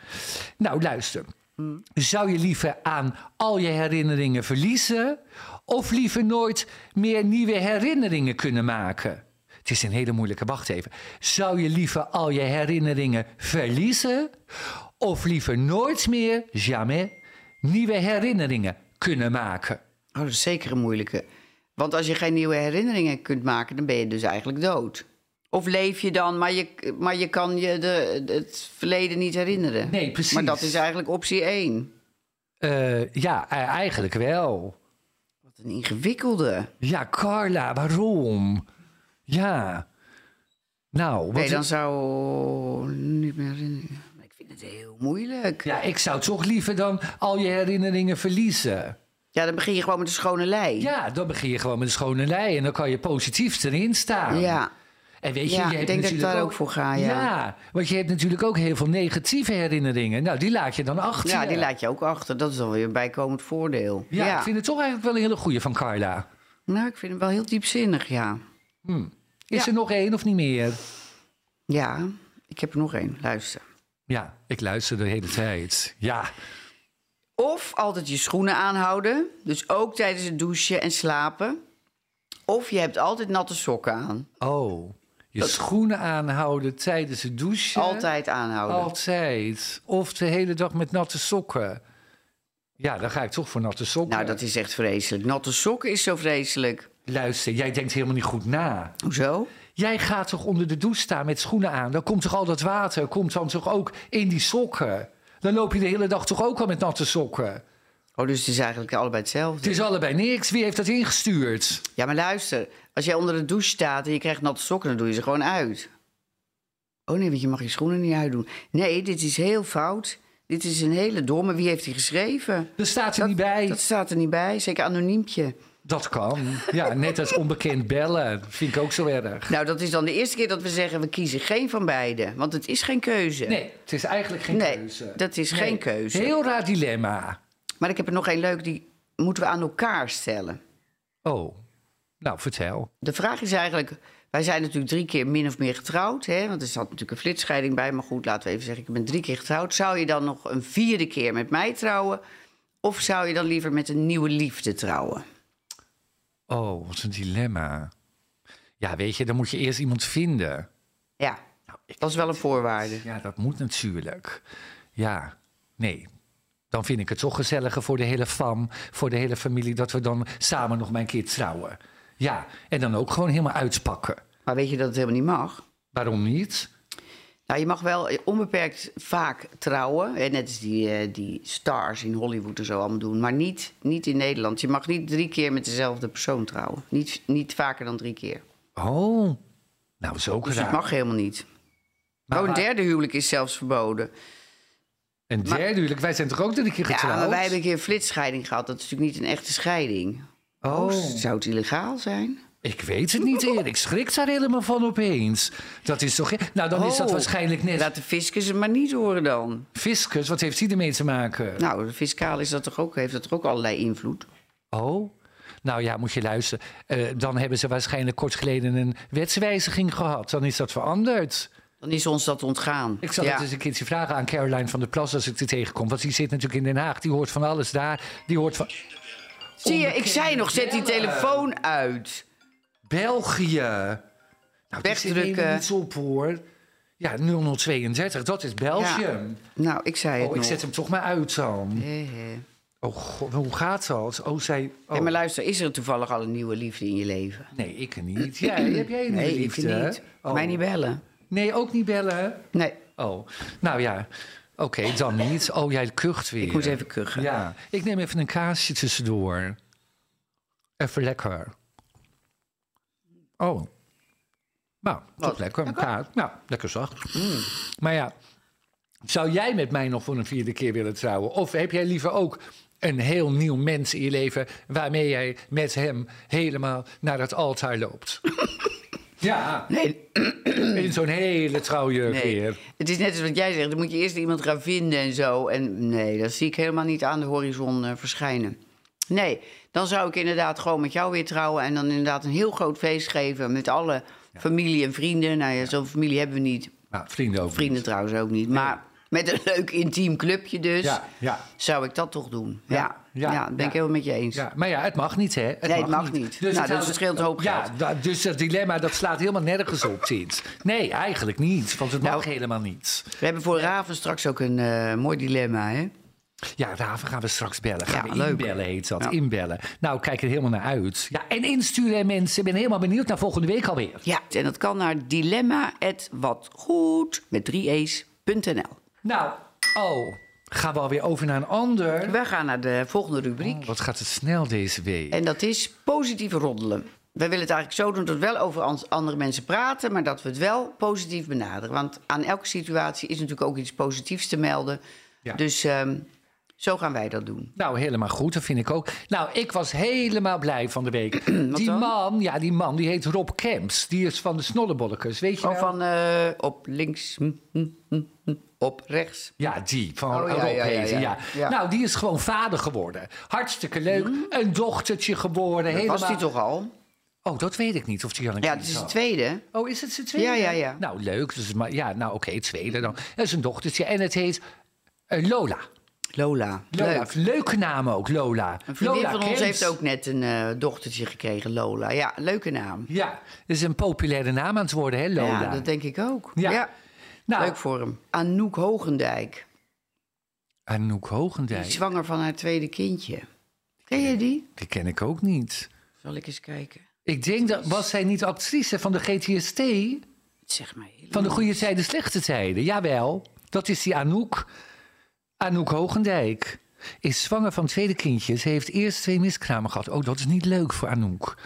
Speaker 1: Nou, luister. Zou je liever aan al je herinneringen verliezen... of liever nooit meer nieuwe herinneringen kunnen maken? Het is een hele moeilijke, wacht even. Zou je liever al je herinneringen verliezen... of liever nooit meer, jamais, nieuwe herinneringen kunnen maken?
Speaker 2: Oh, dat is zeker een moeilijke. Want als je geen nieuwe herinneringen kunt maken, dan ben je dus eigenlijk dood. Of leef je dan, maar je, maar je kan je de, het verleden niet herinneren.
Speaker 1: Nee, precies.
Speaker 2: Maar dat is eigenlijk optie 1.
Speaker 1: Eh, ja, eh, eigenlijk wel.
Speaker 2: Wat een ingewikkelde.
Speaker 1: Ja, Carla, waarom? Ja. Nou, wat
Speaker 2: Nee, dan zou... Niet meer herinneren. Ik vind het het heel moeilijk. Ja.
Speaker 1: Ja, ik zou toch liever dan al je herinneringen verliezen.
Speaker 2: dan begin je gewoon met een schone lei.
Speaker 1: Ja, dan begin je gewoon met een schone lei en dan kan je positief erin staan.
Speaker 2: ja.
Speaker 1: En weet je,
Speaker 2: Ja,
Speaker 1: je
Speaker 2: ik
Speaker 1: hebt
Speaker 2: denk dat ik
Speaker 1: natuurlijk
Speaker 2: daar ook voor ga, ja.
Speaker 1: want je hebt natuurlijk ook heel veel negatieve herinneringen. Nou, die laat je dan achter.
Speaker 2: Ja,
Speaker 1: je.
Speaker 2: die laat je ook achter. Dat is dan weer een bijkomend voordeel.
Speaker 1: Ja, ik vind het toch eigenlijk wel een hele goeie van Carla. Hm.
Speaker 2: Nou, ik vind hem wel heel diepzinnig, ja.
Speaker 1: Is
Speaker 2: Ja.
Speaker 1: er nog één of niet meer?
Speaker 2: Ja, ik heb er nog één. Luister.
Speaker 1: Ja, ik luister de hele tijd. Ja,
Speaker 2: Of altijd je schoenen aanhouden. Dus ook tijdens het douchen en slapen. Of je hebt altijd natte sokken aan.
Speaker 1: oh. Je schoenen aanhouden tijdens het douchen.
Speaker 2: Altijd
Speaker 1: Oh,
Speaker 2: aanhouden.
Speaker 1: Altijd. Of de hele dag met natte sokken. Ja, dan ga ik toch voor natte sokken.
Speaker 2: Nou, dat is echt vreselijk. Natte sokken is zo vreselijk.
Speaker 1: Luister, jij denkt helemaal niet goed na.
Speaker 2: Hoezo?
Speaker 1: Jij gaat toch onder de douche staan met schoenen aan? Dan komt toch al dat water, komt dan toch ook in die sokken? Dan loop je de hele dag toch ook al met natte sokken?
Speaker 2: Oh, dus het is eigenlijk allebei hetzelfde.
Speaker 1: Het is allebei niks. Wie heeft dat ingestuurd?
Speaker 2: Ja, maar luister. Als jij onder de douche staat en je krijgt natte sokken, dan doe je ze gewoon uit. Oh nee, want je mag je schoenen niet uitdoen. Nee, dit is heel fout. Dit is een hele domme. Wie heeft die geschreven?
Speaker 1: Er staat er niet bij.
Speaker 2: Dat
Speaker 1: Dat,
Speaker 2: staat er niet bij. Zeker anoniempje.
Speaker 1: kan. Ja, net als onbekend bellen. Vind ik ook zo erg.
Speaker 2: Nou, dat is dan de eerste keer dat we zeggen, we kiezen geen van beide. Want het is geen keuze.
Speaker 1: Nee, het is eigenlijk geen
Speaker 2: Nee,
Speaker 1: keuze.
Speaker 2: dat is
Speaker 1: Nee.
Speaker 2: geen keuze.
Speaker 1: Heel raar dilemma.
Speaker 2: Maar ik heb er nog één leuk, die moeten we aan elkaar stellen.
Speaker 1: Oh, nou vertel.
Speaker 2: De vraag is eigenlijk, wij zijn natuurlijk drie keer min of meer getrouwd. Hè? Want er zat natuurlijk een flitscheiding bij. Maar goed, laten we even zeggen, ik ben drie keer getrouwd. Zou je dan nog een vierde keer met mij trouwen? Of zou je dan liever met een nieuwe liefde trouwen?
Speaker 1: Oh, wat een dilemma. Ja, weet je, dan moet je eerst iemand vinden.
Speaker 2: Ja,
Speaker 1: Nou,
Speaker 2: dat is wel een voorwaarde.
Speaker 1: Ja, dat moet natuurlijk. Ja, nee. Dan vind ik het toch gezelliger voor de hele fam, voor de hele familie, dat we dan samen nog maar een keer trouwen. Ja, en dan ook gewoon helemaal uitpakken.
Speaker 2: Maar weet je dat het helemaal niet mag?
Speaker 1: Waarom niet?
Speaker 2: Nou, je mag wel onbeperkt vaak trouwen. Hè, Net als die, eh, die stars in Hollywood en zo allemaal doen. Maar niet, niet in Nederland. Je mag niet drie keer met dezelfde persoon trouwen. Niet, niet vaker dan drie keer.
Speaker 1: Oh, nou is ook
Speaker 2: Dus
Speaker 1: raar.
Speaker 2: dat mag helemaal niet.
Speaker 1: Maar
Speaker 2: oh, een
Speaker 1: waar-
Speaker 2: derde huwelijk is zelfs verboden.
Speaker 1: Een derde huwelijk, wij zijn toch ook drie keer getrouwd?
Speaker 2: Ja, maar wij hebben een keer een flitscheiding gehad. Dat is natuurlijk niet een echte scheiding.
Speaker 1: Oh,
Speaker 2: Zou het illegaal zijn?
Speaker 1: ik weet het niet, Erik. Ik schrik daar helemaal van opeens. Dat is toch... Nou, dan is dat
Speaker 2: Oh.
Speaker 1: waarschijnlijk net
Speaker 2: Laat de fiscus het maar niet horen dan.
Speaker 1: fiscus. Wat heeft die ermee te maken?
Speaker 2: Nou, de fiscaal is dat toch ook, heeft dat toch ook allerlei invloed?
Speaker 1: Oh, nou ja, moet je luisteren. Eh, dan hebben ze waarschijnlijk kort geleden een wetswijziging gehad. Dan is dat veranderd.
Speaker 2: Dan is ons dat ontgaan.
Speaker 1: Ik zal
Speaker 2: Ja.
Speaker 1: het eens een keertje vragen aan Caroline van der Plas als ik die tegenkom. Want die zit natuurlijk in Den Haag. Die hoort van alles daar. Die hoort van
Speaker 2: Zie je, ik zei nog, zet die telefoon uit.
Speaker 1: België. Nou, die zit
Speaker 2: Wegdrukken.
Speaker 1: helemaal niets op hoor. Ja, 0032, dat is Belgium.
Speaker 2: Nou, ik zei het
Speaker 1: Oh, ik
Speaker 2: nog.
Speaker 1: zet hem toch maar uit dan.
Speaker 2: Hé, hé.
Speaker 1: Oh god, hoe gaat dat? Oh, zij...
Speaker 2: Hé,
Speaker 1: Oh,
Speaker 2: maar luister, is er toevallig al een nieuwe liefde in je leven?
Speaker 1: nee, ik niet. Jij, heb jij een
Speaker 2: Nee,
Speaker 1: nieuwe liefde?
Speaker 2: ik niet.
Speaker 1: Oh.
Speaker 2: Mij niet bellen.
Speaker 1: Nee, ook niet bellen?
Speaker 2: Nee, ik
Speaker 1: Oh, nou ja. Oké, dan niet. Oh, jij kucht weer. Ik
Speaker 2: moest even kuchen.
Speaker 1: Ja, ik neem even een kaasje tussendoor. Even lekker. Oh. Nou, toch
Speaker 2: Wat? Mm.
Speaker 1: lekker. Een kaas. Nou, lekker zacht. Maar ja, zou jij met mij nog voor een vierde keer willen trouwen? Of heb jij liever ook een heel nieuw mens in je leven... waarmee jij met hem helemaal naar het altaar loopt? ja,
Speaker 2: Nee,
Speaker 1: in zo'n hele trouwjurk
Speaker 2: nee.
Speaker 1: weer.
Speaker 2: Het is net als wat jij zegt. Dan moet je eerst iemand gaan vinden en zo. En nee, dat zie ik helemaal niet aan de horizon eh, verschijnen. Nee, dan zou ik inderdaad gewoon met jou weer trouwen. En dan inderdaad een heel groot feest geven met alle familie en vrienden. Nou ja, zo'n familie hebben we niet.
Speaker 1: Nou, vrienden over.
Speaker 2: Vrienden trouwens ook niet. Maar met een leuk intiem clubje dus.
Speaker 1: Ja, ja.
Speaker 2: Zou ik dat toch doen? Ja, ja,
Speaker 1: ja,
Speaker 2: dat ben ik
Speaker 1: ja.
Speaker 2: helemaal met je eens.
Speaker 1: Ja, maar ja, het mag niet, Dus hè?
Speaker 2: Nee, het mag niet. Nou, dat
Speaker 1: houdt-
Speaker 2: scheelt een hoop
Speaker 1: ja,
Speaker 2: geld.
Speaker 1: da- dus dat dilemma dat slaat helemaal nergens op, Tint. Nee, eigenlijk niet, want het mag
Speaker 2: Nou.
Speaker 1: helemaal niet.
Speaker 2: We hebben voor Raven straks ook een eh, mooi dilemma, hè?
Speaker 1: Ja, Raven gaan we straks bellen. Gaan
Speaker 2: Ja,
Speaker 1: we
Speaker 2: leuk.
Speaker 1: inbellen, heet dat.
Speaker 2: Ja.
Speaker 1: Inbellen. Nou, kijk er helemaal naar uit. Ja, en insturen, hè, mensen. Ik ben helemaal benieuwd naar volgende week alweer.
Speaker 2: Ja, en dat kan naar dilemma.watgoed met 3e's.nl.
Speaker 1: Nou, oh, gaan we alweer over naar een ander. Oh.
Speaker 2: We gaan naar de volgende rubriek.
Speaker 1: Wat gaat het snel deze week?
Speaker 2: En dat is positief roddelen. wij willen het eigenlijk zo doen dat we wel over ans- andere mensen praten, maar dat we het wel positief benaderen. Want aan elke situatie is natuurlijk ook iets positiefs te melden.
Speaker 1: Ja.
Speaker 2: Dus ehm, zo gaan wij dat doen.
Speaker 1: Nou, helemaal goed, dat vind ik ook. Nou, ik was helemaal blij van de week. die
Speaker 2: dan?
Speaker 1: man, ja, die man, die heet Rob Kemps. Die is van de Snollebollekers, weet je
Speaker 2: Gewoon
Speaker 1: wel?
Speaker 2: van eh, op links, hm, hm, hm, hm, op rechts.
Speaker 1: Ja, die, van
Speaker 2: Oh, ja,
Speaker 1: Rob
Speaker 2: ja, ja,
Speaker 1: heette, ja,
Speaker 2: ja. Ja. Hmm.
Speaker 1: Nou, die is gewoon vader geworden. Hartstikke leuk. Een dochtertje geboren. helemaal...
Speaker 2: Was die toch al?
Speaker 1: Oh, dat weet ik niet of die al een
Speaker 2: Ja,
Speaker 1: kind
Speaker 2: het is de
Speaker 1: had.
Speaker 2: tweede.
Speaker 1: Oh, is het zijn tweede?
Speaker 2: Ja, ja, ja.
Speaker 1: Nou, leuk. Dus, maar, ja, nou, oké, het tweede dan. Dat is een dochtertje. En het heet eh, Lola.
Speaker 2: Lola.
Speaker 1: Lola.
Speaker 2: Leuk.
Speaker 1: Leuke naam ook, Lola.
Speaker 2: Een vriendin
Speaker 1: Lola
Speaker 2: van ons
Speaker 1: Kemps.
Speaker 2: heeft ook net een eh, dochtertje gekregen, Lola. Ja, leuke naam.
Speaker 1: Ja, dat is een populaire naam aan het worden, hè, Lola?
Speaker 2: Ja, dat denk ik ook.
Speaker 1: Ja.
Speaker 2: Ja.
Speaker 1: nou,
Speaker 2: Leuk voor hem. Anouk Hogendijk.
Speaker 1: Anouk
Speaker 2: Die
Speaker 1: Hogendijk.
Speaker 2: is zwanger van haar tweede kindje. Ken je die?
Speaker 1: Die ken ik ook niet.
Speaker 2: Zal ik eens kijken?
Speaker 1: Ik denk dat was zij niet actrice van de GTST?
Speaker 2: Het Zeg maar heel-
Speaker 1: Van de goede zijde, slechte zijde. Jawel, dat is die Anouk. Anouk Hogendijk is zwanger van tweede kindje. Ze heeft eerst twee miskramen gehad. Oh, dat is niet leuk voor Anouk.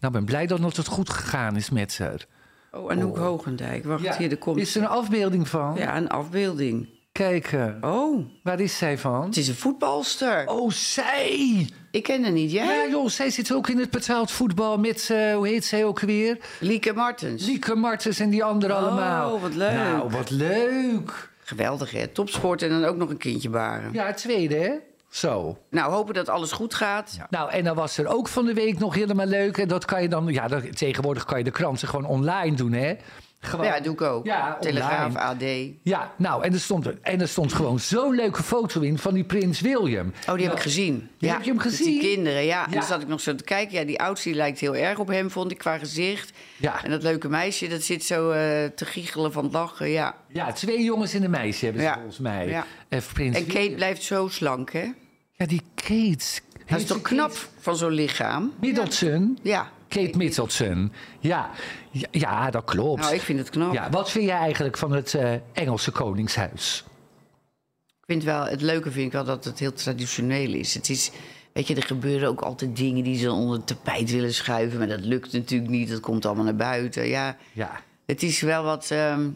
Speaker 1: Nou, ben blij dat het goed gegaan is met haar.
Speaker 2: Oh, Anouk Hogendijk. Wacht, hier, er komt...
Speaker 1: Is er een afbeelding van?
Speaker 2: Ja, een afbeelding.
Speaker 1: Kijk, eh,
Speaker 2: Oh,
Speaker 1: waar is zij van?
Speaker 2: het is een voetbalster.
Speaker 1: Oh, zij!
Speaker 2: Ik ken haar niet. Jij?
Speaker 1: Ja, joh, zij zit ook in het betaald voetbal met, eh, hoe heet zij ook weer?
Speaker 2: Lieke Martens.
Speaker 1: Lieke Martens en die anderen
Speaker 2: Oh,
Speaker 1: allemaal.
Speaker 2: wat leuk.
Speaker 1: Nou, wat leuk.
Speaker 2: Geweldig, hè? Topsport en dan ook nog een kindje baren.
Speaker 1: Ja, het tweede, hè? Zo.
Speaker 2: Nou, hopen dat alles goed gaat. Ja.
Speaker 1: Nou, en dan was er ook van de week nog helemaal leuk. En dat kan je dan, ja, dat, tegenwoordig kan je de kranten gewoon online doen, hè? Gewoon.
Speaker 2: dat doe ik ook.
Speaker 1: Ja,
Speaker 2: Telegraaf,
Speaker 1: online.
Speaker 2: AD.
Speaker 1: Ja, nou, en er stond, er- en er stond gewoon zo'n leuke foto in van die prins William.
Speaker 2: Oh, die heb ik gezien.
Speaker 1: Die heb je hem
Speaker 2: met
Speaker 1: gezien?
Speaker 2: Die kinderen, ja. En
Speaker 1: Ja.
Speaker 2: dan zat ik nog zo te kijken. Ja, die oudste die lijkt heel erg op hem, vond ik, qua gezicht.
Speaker 1: Ja.
Speaker 2: En dat leuke meisje, dat zit zo eh, te giechelen van het lachen, ja.
Speaker 1: Ja, twee jongens en een meisje hebben ze
Speaker 2: Ja.
Speaker 1: volgens mij.
Speaker 2: Ja.
Speaker 1: En prins
Speaker 2: En Kate
Speaker 1: William.
Speaker 2: blijft zo slank, hè?
Speaker 1: Ja, die Kate.
Speaker 2: Dat is
Speaker 1: Heet ze
Speaker 2: toch knap van zo'n lichaam?
Speaker 1: Middleton?
Speaker 2: Ja.
Speaker 1: Kate Middleton. Ja, ja, ja, dat klopt.
Speaker 2: Nou, ik vind het knap.
Speaker 1: ja, wat vind je eigenlijk van het eh, Engelse Koningshuis?
Speaker 2: Ik vind wel, het leuke vind ik wel dat het heel traditioneel is. Het is, weet je, er gebeuren ook altijd dingen die ze onder het tapijt willen schuiven. Maar dat lukt natuurlijk niet, dat komt allemaal naar buiten. Ja,
Speaker 1: Ja.
Speaker 2: het is wel wat, ehm,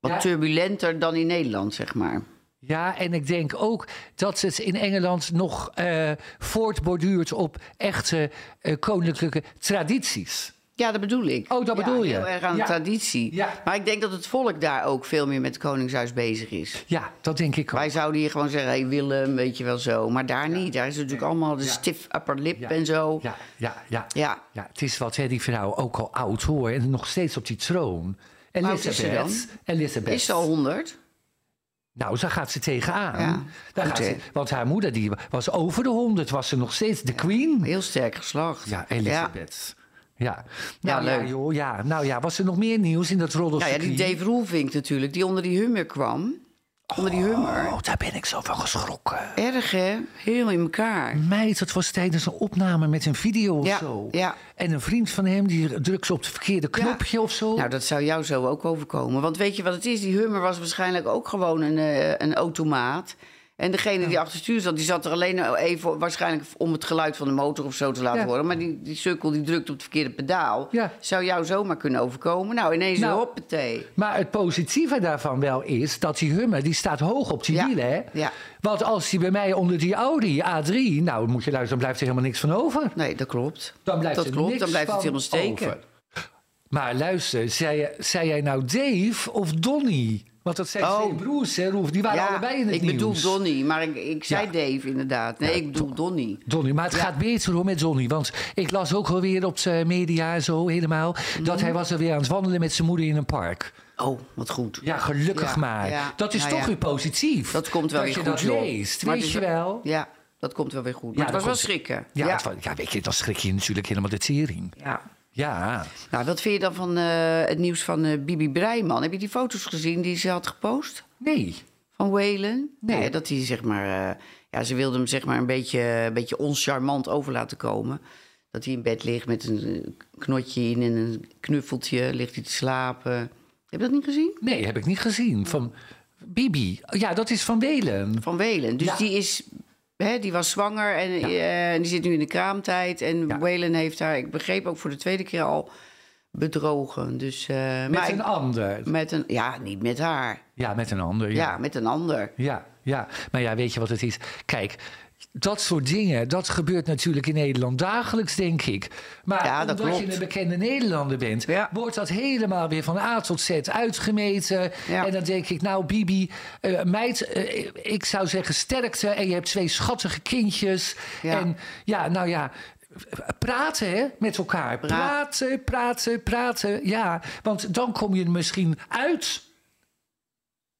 Speaker 2: wat
Speaker 1: Ja.
Speaker 2: turbulenter dan in Nederland, zeg maar.
Speaker 1: Ja, en ik denk ook dat het in Engeland nog eh, voortborduurt op echte eh, koninklijke tradities.
Speaker 2: Ja, dat bedoel ik.
Speaker 1: Oh, dat
Speaker 2: Ja,
Speaker 1: bedoel je.
Speaker 2: Heel erg aan de
Speaker 1: Ja.
Speaker 2: traditie.
Speaker 1: Ja.
Speaker 2: Maar ik denk dat het volk daar ook veel meer met het Koningshuis bezig is.
Speaker 1: Ja, dat denk ik ook.
Speaker 2: Wij zouden hier gewoon zeggen, hey Willem, weet je wel zo. Maar daar niet. Daar is het natuurlijk allemaal de stiff upper lip
Speaker 1: Ja.
Speaker 2: en zo.
Speaker 1: Ja, ja, ja.
Speaker 2: Ja.
Speaker 1: Ja, het is wat, hè, die vrouw ook al oud hoor. En nog steeds op die troon.
Speaker 2: oud is ze
Speaker 1: Elizabeth. Elizabeth.
Speaker 2: Is ze al 100?
Speaker 1: Nou, daar gaat ze tegenaan.
Speaker 2: Ja,
Speaker 1: Daar
Speaker 2: goed,
Speaker 1: gaat ze,
Speaker 2: hè.
Speaker 1: want haar moeder die was over de honderd, was ze nog steeds de queen.
Speaker 2: Heel sterk geslacht.
Speaker 1: Ja, Elisabeth. Ja, nou,
Speaker 2: Ja,
Speaker 1: ja,
Speaker 2: leuk.
Speaker 1: joh, ja. nou ja, was er nog meer nieuws in dat roddelcircuit?
Speaker 2: Nou ja, die Dave Roelvink natuurlijk, die onder die hummer kwam. Onder die hummer.
Speaker 1: Oh, daar ben ik zo van geschrokken.
Speaker 2: Erg, hè? Heel in elkaar.
Speaker 1: Meid, dat was tijdens een opname met een video of
Speaker 2: Ja,
Speaker 1: zo.
Speaker 2: ja.
Speaker 1: En een vriend van hem die drukt op het verkeerde knopje of zo.
Speaker 2: Nou, dat zou jou zo ook overkomen. Want weet je wat het is? Die hummer was waarschijnlijk ook gewoon een, eh, een automaat. En degene die achter het stuur zat, die zat er alleen even... waarschijnlijk om het geluid van de motor of zo te laten
Speaker 1: Ja.
Speaker 2: horen. Maar die, die sukkel die drukt op het verkeerde pedaal.
Speaker 1: Ja.
Speaker 2: Zou jou zomaar kunnen overkomen. Nou, ineens
Speaker 1: Nou,
Speaker 2: hoppatee.
Speaker 1: Maar het positieve daarvan wel is dat die Hummer, die staat hoog op die
Speaker 2: Ja,
Speaker 1: wielen. Hè?
Speaker 2: ja.
Speaker 1: Want als die bij mij onder die Audi A3, nou moet je luisteren, dan blijft er helemaal niks van over.
Speaker 2: Nee, dat klopt.
Speaker 1: Dan blijft
Speaker 2: dat
Speaker 1: er
Speaker 2: klopt,
Speaker 1: niks
Speaker 2: dan blijft het
Speaker 1: van
Speaker 2: helemaal steken.
Speaker 1: over. Maar luister, zei, zei jij nou Dave of Donny? Want dat zijn
Speaker 2: Oh.
Speaker 1: twee broers, hè, Roef? Die waren allebei in het
Speaker 2: ik
Speaker 1: nieuws.
Speaker 2: bedoel Donny, maar ik, ik zei
Speaker 1: Ja.
Speaker 2: Dave inderdaad. Nee, ik bedoel Donny.
Speaker 1: Donny, maar het gaat beter hoor met Donny. Want ik las ook wel weer op de media en zo helemaal...
Speaker 2: Mhm.
Speaker 1: dat hij was er weer aan het wandelen met zijn moeder in een park.
Speaker 2: Oh, wat goed.
Speaker 1: Ja, gelukkig
Speaker 2: Ja,
Speaker 1: maar.
Speaker 2: ja.
Speaker 1: Dat is
Speaker 2: Nou
Speaker 1: toch
Speaker 2: ja.
Speaker 1: weer positief.
Speaker 2: Dat komt wel
Speaker 1: dat
Speaker 2: weer
Speaker 1: je
Speaker 2: goed,
Speaker 1: dat
Speaker 2: joh.
Speaker 1: leest,
Speaker 2: Maar dus
Speaker 1: weet
Speaker 2: het
Speaker 1: je
Speaker 2: is-
Speaker 1: wel. Ja,
Speaker 2: Ja, dat komt wel weer goed. Maar
Speaker 1: Ja,
Speaker 2: het
Speaker 1: dat
Speaker 2: was wel
Speaker 1: komt-
Speaker 2: schrikken.
Speaker 1: het wa- ja, weet je, dan schrik je natuurlijk helemaal de tering.
Speaker 2: Ja.
Speaker 1: Ja.
Speaker 2: Nou, wat vind je dan van eh, het nieuws van eh, Bibi Breiman? Heb je die foto's gezien die ze had gepost?
Speaker 1: Nee.
Speaker 2: Van Whalen?
Speaker 1: Nee.
Speaker 2: Ja, dat hij zeg maar... eh, ja, ze wilde hem zeg maar een beetje, eh, een beetje oncharmant over laten komen. Dat hij in bed ligt met een eh, knotje in en een knuffeltje. Ligt hij te slapen. Heb je dat niet gezien?
Speaker 1: Nee, heb ik niet gezien. Van Bibi. Ja, dat is van Welen.
Speaker 2: Van Welen. Dus
Speaker 1: Ja.
Speaker 2: die is Hè, die was zwanger en eh, en die zit nu in de kraamtijd. En
Speaker 1: Ja.
Speaker 2: Waylon heeft haar, ik begreep ook voor de tweede keer al, bedrogen. Dus, eh,
Speaker 1: Met
Speaker 2: maar
Speaker 1: een
Speaker 2: ik-
Speaker 1: ander.
Speaker 2: met een, ja, niet met haar.
Speaker 1: Ja, met een ander.
Speaker 2: Ja, met een ander.
Speaker 1: Ja, ja. Maar ja, weet je wat het is? Kijk, dat soort dingen, dat gebeurt natuurlijk in Nederland dagelijks, denk ik. Maar
Speaker 2: Ja, dat
Speaker 1: omdat je
Speaker 2: klopt.
Speaker 1: een bekende Nederlander bent,
Speaker 2: Ja.
Speaker 1: wordt dat helemaal weer van A tot Z uitgemeten.
Speaker 2: Ja.
Speaker 1: En dan denk ik, nou Bibi, eh, meid, eh, ik zou zeggen sterkte. En je hebt twee schattige kindjes.
Speaker 2: Ja.
Speaker 1: En ja, nou ja... Praten hè, met elkaar.
Speaker 2: Pra-
Speaker 1: Praten, praten, praten. Ja, want dan kom je er misschien uit.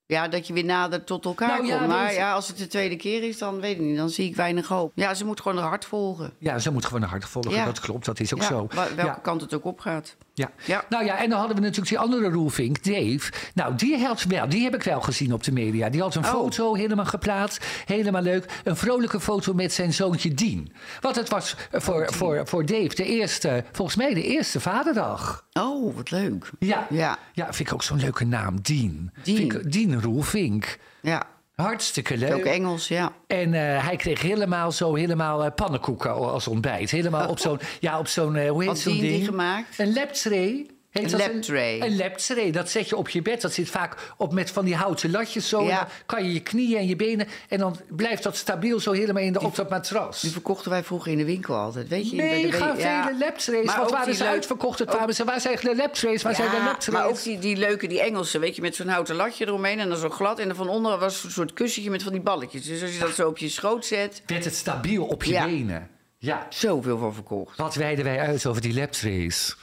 Speaker 2: Ja, dat je weer nader tot elkaar
Speaker 1: Nou
Speaker 2: komt.
Speaker 1: ja,
Speaker 2: maar
Speaker 1: dus-
Speaker 2: ja, als het de tweede keer is, dan weet ik niet. Dan zie ik weinig hoop. Ja, ze moet gewoon haar hart volgen.
Speaker 1: Ja, ze moet gewoon een hart volgen.
Speaker 2: Ja.
Speaker 1: Dat klopt, dat is ook
Speaker 2: ja,
Speaker 1: zo.
Speaker 2: wa- Welke
Speaker 1: Ja.
Speaker 2: kant het ook opgaat.
Speaker 1: Ja.
Speaker 2: Ja.
Speaker 1: nou ja, en dan hadden we natuurlijk die andere roofing, Dave. Nou, die, helpt wel, die heb ik wel gezien op de media. Die had een
Speaker 2: Oh.
Speaker 1: foto helemaal geplaatst, helemaal leuk. Een vrolijke foto met zijn zoontje Dean. Want het was eh, voor,
Speaker 2: Oh,
Speaker 1: voor, voor Dave de eerste, volgens mij de eerste vaderdag.
Speaker 2: Oh, wat leuk.
Speaker 1: Ja,
Speaker 2: Ja.
Speaker 1: ja vind ik ook zo'n leuke naam, Dean.
Speaker 2: Dean.
Speaker 1: Vind ik- Dean Roelvink.
Speaker 2: Ja,
Speaker 1: Hartstikke leuk.
Speaker 2: ook Engels, ja.
Speaker 1: En eh, hij kreeg helemaal zo helemaal eh, pannenkoeken als ontbijt. Helemaal op zo'n, ja, op zo'n, eh, hoe heet
Speaker 2: Had
Speaker 1: zo'n
Speaker 2: Dean
Speaker 1: ding?
Speaker 2: die gemaakt?
Speaker 1: Een laptray. Heet
Speaker 2: Een
Speaker 1: dat
Speaker 2: laptray.
Speaker 1: Een laptray, dat zet je op je bed. Dat zit vaak op met van die houten latjes zo.
Speaker 2: Ja.
Speaker 1: En Dan kan je je knieën en je benen... en dan blijft dat stabiel zo helemaal in de, op dat
Speaker 2: Die
Speaker 1: matras.
Speaker 2: verkochten wij vroeger in de winkel altijd. Weet je? bij de-
Speaker 1: Mega
Speaker 2: bij- ja.
Speaker 1: vele laptrays.
Speaker 2: Maar
Speaker 1: Wat
Speaker 2: ook
Speaker 1: waren
Speaker 2: die
Speaker 1: ze
Speaker 2: leuk-
Speaker 1: uitverkocht? Het waren ze, waar zijn de laptrays? Waar zijn de
Speaker 2: Ja,
Speaker 1: laptrays?
Speaker 2: maar ook die, die leuke, die Engelse, weet je, met zo'n houten latje eromheen en dan zo glad. En dan van onder was een soort kussentje met van die balletjes. Dus als je dat zo op je schoot zet,
Speaker 1: Werd het stabiel op je
Speaker 2: Ja.
Speaker 1: benen? Ja.
Speaker 2: zoveel van verkocht.
Speaker 1: Wat weiden wij uit over die laptrays?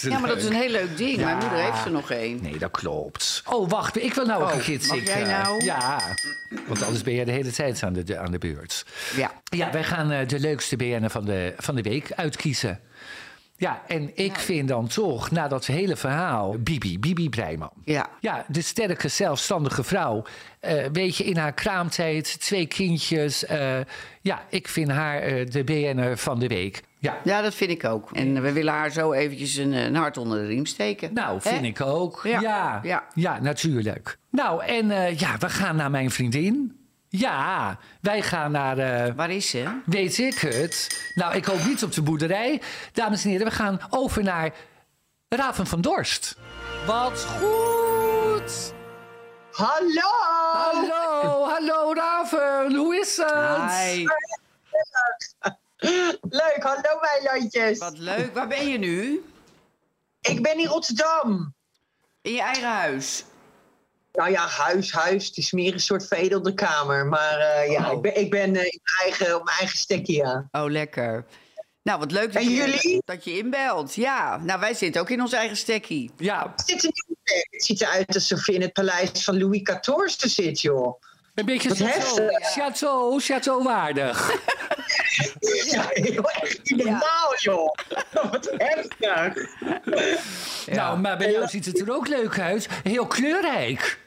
Speaker 2: Ja, maar dat is een heel leuk ding. Mijn moeder heeft er nog één.
Speaker 1: Nee, dat klopt. Oh, wacht. Ik wil nou ook
Speaker 2: Oh,
Speaker 1: een gids.
Speaker 2: mag
Speaker 1: ik,
Speaker 2: jij
Speaker 1: eh,
Speaker 2: nou?
Speaker 1: Ja, want anders ben jij de hele tijd aan de, aan de beurt.
Speaker 2: Ja.
Speaker 1: Ja, wij gaan eh, de leukste BN'er van de, van de week uitkiezen. Ja, en
Speaker 2: Nou.
Speaker 1: ik vind dan toch, na dat hele verhaal, Bibi, Bibi Breiman.
Speaker 2: Ja.
Speaker 1: Ja, de sterke, zelfstandige vrouw. Eh, weet je, in haar kraamtijd, twee kindjes. eh, ja, ik vind haar eh, de BN'er van de week. Ja.
Speaker 2: Ja, dat vind ik ook. En eh, we willen haar zo eventjes een, eh, een hart onder de riem steken.
Speaker 1: Nou, vind
Speaker 2: Hè?
Speaker 1: ik ook. Ja.
Speaker 2: Ja,
Speaker 1: Ja.
Speaker 2: ja.
Speaker 1: natuurlijk. Nou, en eh, ja, we gaan naar mijn vriendin. Ja, wij gaan naar. eh,
Speaker 2: Waar is ze?
Speaker 1: weet ik het? Nou, ik hoop niet op de boerderij. Dames en heren, we gaan over naar Raven van Dorst. Wat goed!
Speaker 3: Hallo!
Speaker 1: Hallo, hallo Raven, hoe is het?
Speaker 2: Hi,
Speaker 3: Leuk, hallo weilandjes.
Speaker 2: wat leuk. Waar ben je nu?
Speaker 3: Ik ben in Rotterdam.
Speaker 2: In je eigen huis.
Speaker 3: Nou ja, huis, huis. Het is meer een soort veredelde kamer. Maar eh, ja,
Speaker 2: Oh.
Speaker 3: ik ben, ik ben eh, in mijn eigen, op mijn eigen stekkie, ja.
Speaker 2: Oh, lekker. Nou, wat leuk dat,
Speaker 3: En
Speaker 2: je,
Speaker 3: jullie?
Speaker 2: dat je inbelt. Ja, nou, wij zitten ook in ons eigen stekkie.
Speaker 1: Ja,
Speaker 3: Het, zit een het ziet eruit alsof je in het paleis van Louis XIV zit, joh.
Speaker 1: een beetje
Speaker 3: Wat
Speaker 1: chateau,
Speaker 3: heftig.
Speaker 1: chateau, chateau-waardig.
Speaker 3: Ja, joh, echt niet normaal, joh. Wat heftig.
Speaker 1: Nou, maar bij jou ziet het er ook leuk uit. Heel kleurrijk.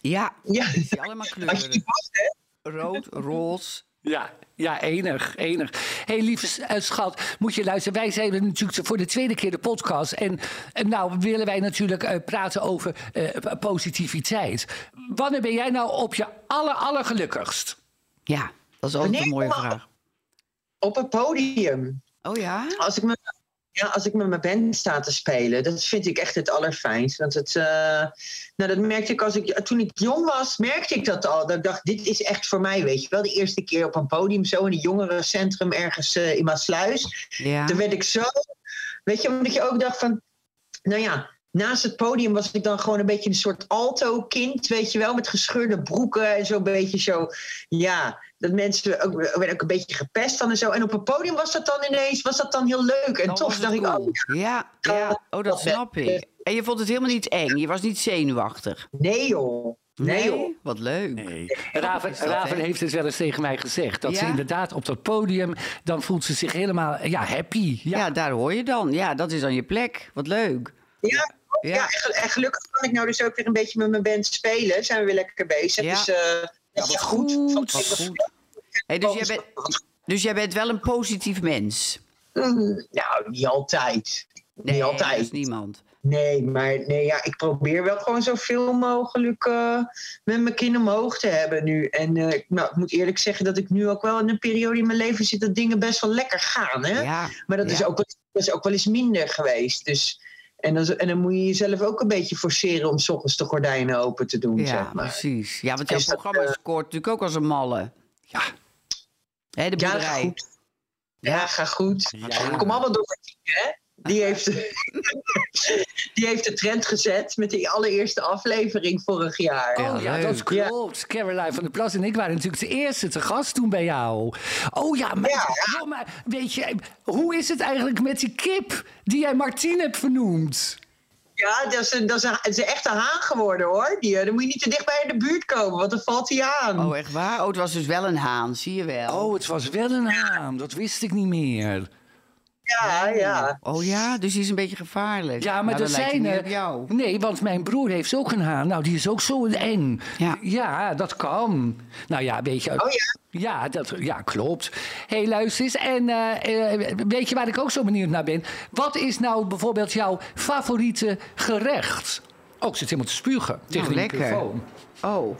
Speaker 2: Ja,
Speaker 3: Ja,
Speaker 2: ik zie allemaal
Speaker 3: als je die
Speaker 2: kleuren.
Speaker 3: was, hè?
Speaker 2: Rood, roze.
Speaker 1: Ja, ja, enig, enig. hey, lieve eh, schat, moet je luisteren. Wij zijn natuurlijk voor de tweede keer de podcast. En, en nou willen wij natuurlijk eh, praten over eh, positiviteit. Wanneer ben jij nou op je aller, allergelukkigst?
Speaker 2: Ja, dat is altijd een
Speaker 3: Nee,
Speaker 2: mooie
Speaker 3: maar-
Speaker 2: vraag.
Speaker 3: Op een podium.
Speaker 2: Oh ja?
Speaker 3: Als ik, me, ja, als ik met mijn band sta te spelen, dat vind ik echt het allerfijnst. Want het, eh, nou, dat merkte ik, als ik toen ik jong was, merkte ik dat al. Dat ik dacht, dit is echt voor mij, weet je wel. De eerste keer op een podium, zo in een jongerencentrum ergens eh, in Maasluis.
Speaker 2: Ja.
Speaker 3: Toen werd ik zo, weet je, omdat je ook dacht van, nou ja... Naast het podium was ik dan gewoon een beetje een soort alto-kind, weet je wel, met gescheurde broeken en zo'n beetje zo. Ja, dat mensen ook, werden ook een beetje gepest dan en zo. En op een podium was dat dan ineens, was dat dan heel leuk
Speaker 2: Dan
Speaker 3: en
Speaker 2: was
Speaker 3: tof.
Speaker 2: het
Speaker 3: Dacht ik,
Speaker 2: cool.
Speaker 3: oh,
Speaker 2: ja, ja, oh, dat
Speaker 3: dat ben-
Speaker 2: snap ik. En je vond het helemaal niet eng. Je was niet zenuwachtig.
Speaker 3: nee joh. Nee, joh.
Speaker 2: Wat leuk.
Speaker 1: Raven,
Speaker 2: Is dat,
Speaker 1: Raven
Speaker 2: hè?
Speaker 1: heeft het wel eens tegen mij gezegd. Dat ze
Speaker 2: Ja?
Speaker 1: inderdaad op dat podium, dan voelt ze zich helemaal eh, ja, happy. Ja.
Speaker 2: Ja. daar hoor je dan. Ja, dat is dan je plek. Wat leuk.
Speaker 3: Ja,
Speaker 2: Ja.
Speaker 3: ja. en gel- en gelukkig kan ik nou dus ook weer een beetje met mijn band spelen. Zijn we weer lekker bezig.
Speaker 2: Ja.
Speaker 3: Dus eh, dat is goed. Van-
Speaker 2: Wat goed. Hey, dus, jij bent, dus jij bent wel een positief mens.
Speaker 3: Mm, Nou, niet altijd.
Speaker 2: Nee,
Speaker 3: niet altijd.
Speaker 2: dat is niemand.
Speaker 3: Nee, maar nee, ja, ik probeer wel gewoon zoveel mogelijk eh, met mijn kin omhoog te hebben nu. En eh, ik- nou, ik moet eerlijk zeggen dat ik nu ook wel in een periode in mijn leven zit dat dingen best wel lekker gaan. Hè?
Speaker 2: Ja,
Speaker 3: Maar dat, is
Speaker 2: Ja.
Speaker 3: ook, wel- dat is ook wel eens minder geweest. Dus, en, dan, en dan moet je jezelf ook een beetje forceren om 's ochtends de gordijnen open te doen.
Speaker 2: ja
Speaker 3: zeg maar.
Speaker 2: precies. Ja, want jouw
Speaker 3: Is dat, eh,
Speaker 2: programma scoort natuurlijk ook als een malle.
Speaker 1: Ja.
Speaker 2: Hè, de
Speaker 3: Ja,
Speaker 2: boerderij.
Speaker 3: ga goed. Ja, ga goed.
Speaker 2: Ja.
Speaker 3: Kom allemaal door Martine, hè? Die heeft, die heeft de trend gezet met die allereerste aflevering vorig jaar.
Speaker 1: Oh ja,
Speaker 2: leuk.
Speaker 1: dat klopt. Caroline van der Plas en ik waren natuurlijk de eerste te gast toen bij jou. Oh ja, maar, joh, maar weet je, hoe is het eigenlijk met die kip die jij Martien hebt vernoemd?
Speaker 3: Ja, dat is, een, dat, is een, het is een echte haan geworden hoor. Die, eh, dan moet je niet te dicht bij in de buurt komen, want dan valt hij aan.
Speaker 2: Oh, echt waar? Oh, het was dus wel een haan, zie je wel.
Speaker 1: Hm. Oh, het was wel een naam. Dat wist ik niet meer.
Speaker 3: ja, ja.
Speaker 2: Oh ja, dus die is een beetje gevaarlijk.
Speaker 1: Ja, maar er
Speaker 2: nou, dan lijkt hij
Speaker 1: zijn
Speaker 2: meer
Speaker 1: er.
Speaker 2: op jou.
Speaker 1: Nee, want mijn broer heeft ook een haan. Nou, die is ook zo een eng.
Speaker 2: Ja.
Speaker 1: dat kan. Nou ja, weet je.
Speaker 3: Oh ja.
Speaker 1: Ja, dat, ja, klopt. Hé, hey, luister eens. En eh, eh, weet je waar ik ook zo benieuwd naar ben? Wat is nou bijvoorbeeld jouw favoriete gerecht? Oh, ik zit helemaal te spugen tegen de
Speaker 2: Nou, lekker.
Speaker 1: microfoon.
Speaker 2: Oh,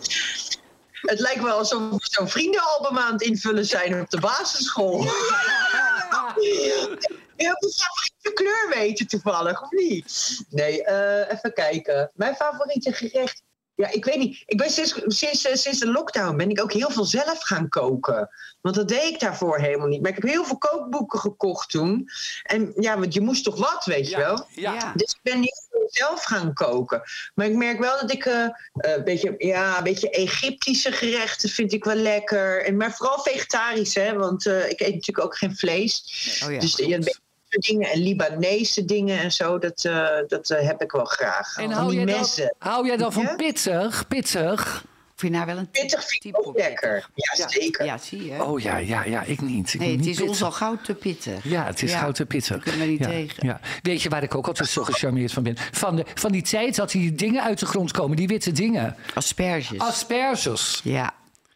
Speaker 3: Het lijkt wel alsof we zo'n vriendenalbum aan het invullen zijn op de basisschool. Je hebt een favoriete kleur weten toevallig, of niet? Nee, eh, even kijken. Mijn favoriete gerecht. Ja, ik weet niet. Ik ben sinds, sinds, eh, sinds de lockdown ben ik ook heel veel zelf gaan koken. Want dat deed ik daarvoor helemaal niet. Maar ik heb heel veel kookboeken gekocht toen. En ja, want je moest toch wat, weet je wel?
Speaker 2: ja.
Speaker 3: Dus ik ben niet zelf gaan koken. Maar ik merk wel dat ik eh, eh, een, beetje, ja, een beetje Egyptische gerechten vind ik wel lekker. En, maar vooral vegetarisch, hè, want eh, ik eet natuurlijk ook geen vlees.
Speaker 2: Oh ja.
Speaker 3: dus ja, een beetje dat soort dingen en Libanese dingen en zo, dat, eh, dat eh, heb ik wel graag.
Speaker 1: En
Speaker 3: Van
Speaker 1: hou
Speaker 3: die
Speaker 1: jij, dan,
Speaker 3: messen.
Speaker 1: hou jij dan van
Speaker 3: Ja?
Speaker 1: pittig? Pittig?
Speaker 2: Ik vind haar wel een
Speaker 3: Pittig vind ik
Speaker 2: type
Speaker 3: ook lekker. Ja, zeker.
Speaker 2: Ja, zie je.
Speaker 1: Oh ja, ja, ja, ik niet. Ik
Speaker 2: nee,
Speaker 1: moet
Speaker 2: het
Speaker 1: niet
Speaker 2: is ons
Speaker 1: pittig.
Speaker 2: al gauw te pittig.
Speaker 1: Ja, het is goud en pittig.
Speaker 2: kunnen we niet
Speaker 1: ja,
Speaker 2: tegen.
Speaker 1: Ja. Weet je waar ik ook altijd zo gecharmeerd van ben? Van, de, van die tijd dat die dingen uit de grond komen, die witte dingen.
Speaker 2: Asperges.
Speaker 1: Asperges,
Speaker 2: ja.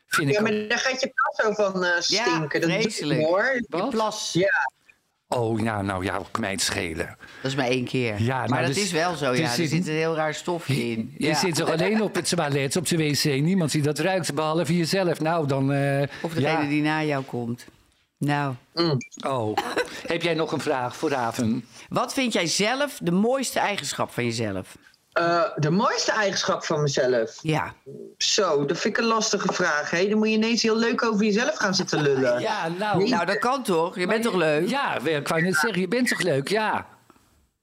Speaker 1: vind ik
Speaker 3: Ja,
Speaker 1: ook.
Speaker 3: maar daar gaat je pas zo van eh, stinken. dat doe ik
Speaker 2: vreselijk.
Speaker 3: niet, hoor.
Speaker 2: Je
Speaker 1: Wat?
Speaker 2: plas.
Speaker 3: Ja,
Speaker 1: Oh, nou, nou ja, kan mij het schelen.
Speaker 2: Dat is maar één keer.
Speaker 1: Ja, nou,
Speaker 2: maar dat
Speaker 1: dus-
Speaker 2: is wel zo,
Speaker 1: dus
Speaker 2: ja. Er
Speaker 1: dit-
Speaker 2: zit een heel raar stofje in.
Speaker 1: Je
Speaker 2: Ja.
Speaker 1: zit toch alleen op het toilet, op de wc. Niemand die dat ruikt, behalve jezelf. Nou, dan... eh,
Speaker 2: Of
Speaker 1: ja.
Speaker 2: degene die na jou komt. Nou,
Speaker 1: Oh, heb jij nog een vraag voor Raven?
Speaker 2: wat vind jij zelf de mooiste eigenschap van jezelf?
Speaker 3: Eh, de mooiste eigenschap van mezelf.
Speaker 2: Ja.
Speaker 3: Zo, dat vind ik een lastige vraag. Hè? Dan moet je ineens heel leuk over jezelf gaan zitten lullen.
Speaker 1: Ja, nou...
Speaker 2: Nou, dat kan toch? Je bent toch leuk?
Speaker 1: Ja, ik wou net zeggen, je bent toch leuk? Ja.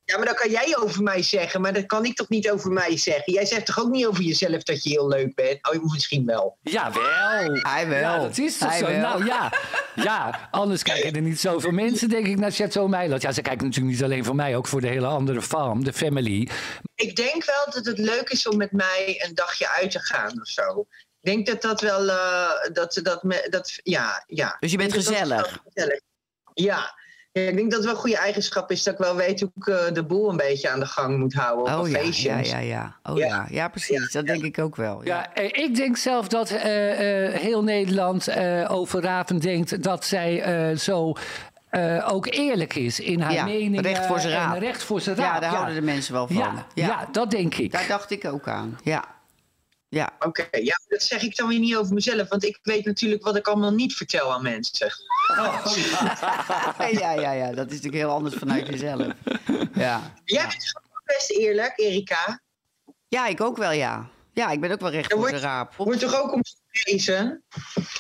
Speaker 3: Ja, maar dat kan jij over mij zeggen, maar dat kan ik toch niet over mij zeggen? Jij zegt toch ook niet over jezelf dat je heel leuk bent? Oh, misschien wel.
Speaker 1: Jawel.
Speaker 2: Hij wel.
Speaker 1: Ja, dat is toch
Speaker 2: Hij
Speaker 1: zo?
Speaker 2: wel.
Speaker 1: Nou ja. ja, anders kijken er niet zoveel mensen, denk ik, naar Chateau Meiland. Ja, ze kijken natuurlijk niet alleen voor mij, ook voor de hele andere fam, de family.
Speaker 3: Ik denk wel dat het leuk is om met mij een dagje uit te gaan of zo. Ik denk dat dat wel, eh, dat, dat, me, dat, ja, ja.
Speaker 2: Dus je bent
Speaker 3: Ik denk dat dat
Speaker 2: gezellig.
Speaker 3: wel gezellig is. Ja. ja, ik denk dat het wel een goede eigenschap is dat ik wel weet hoe ik eh, de boel een beetje aan de gang moet houden op
Speaker 2: Oh
Speaker 3: een
Speaker 2: ja,
Speaker 3: feestje.
Speaker 2: ja, ja, ja. Oh
Speaker 3: Ja.
Speaker 2: ja, ja, precies. Dat denk ik ook wel. Ja.
Speaker 1: Ja, eh, ik denk zelf dat eh, eh, heel Nederland eh, over Raven denkt dat zij eh, zo eh, ook eerlijk is in haar
Speaker 2: Ja,
Speaker 1: meningen.
Speaker 2: recht voor zijn
Speaker 1: en
Speaker 2: raap.
Speaker 1: Recht voor zijn
Speaker 2: Ja,
Speaker 1: raap.
Speaker 2: daar houden de mensen wel van.
Speaker 1: Ja,
Speaker 2: Ja.
Speaker 1: ja. dat denk ik.
Speaker 2: Daar dacht ik ook aan. Ja. Ja.
Speaker 3: Oké, ja, dat zeg ik dan weer niet over mezelf, want ik weet natuurlijk wat ik allemaal niet vertel aan mensen.
Speaker 2: ja, ja, ja. Dat is natuurlijk heel anders vanuit jezelf. Ja.
Speaker 3: Jij bent ook best eerlijk, Erika.
Speaker 2: Ja, ik ook wel, ja. Ja, ik ben ook wel recht
Speaker 3: Dan
Speaker 2: voor
Speaker 3: word
Speaker 2: de
Speaker 3: je-
Speaker 2: raap.
Speaker 3: Wordt toch ook om gewezen?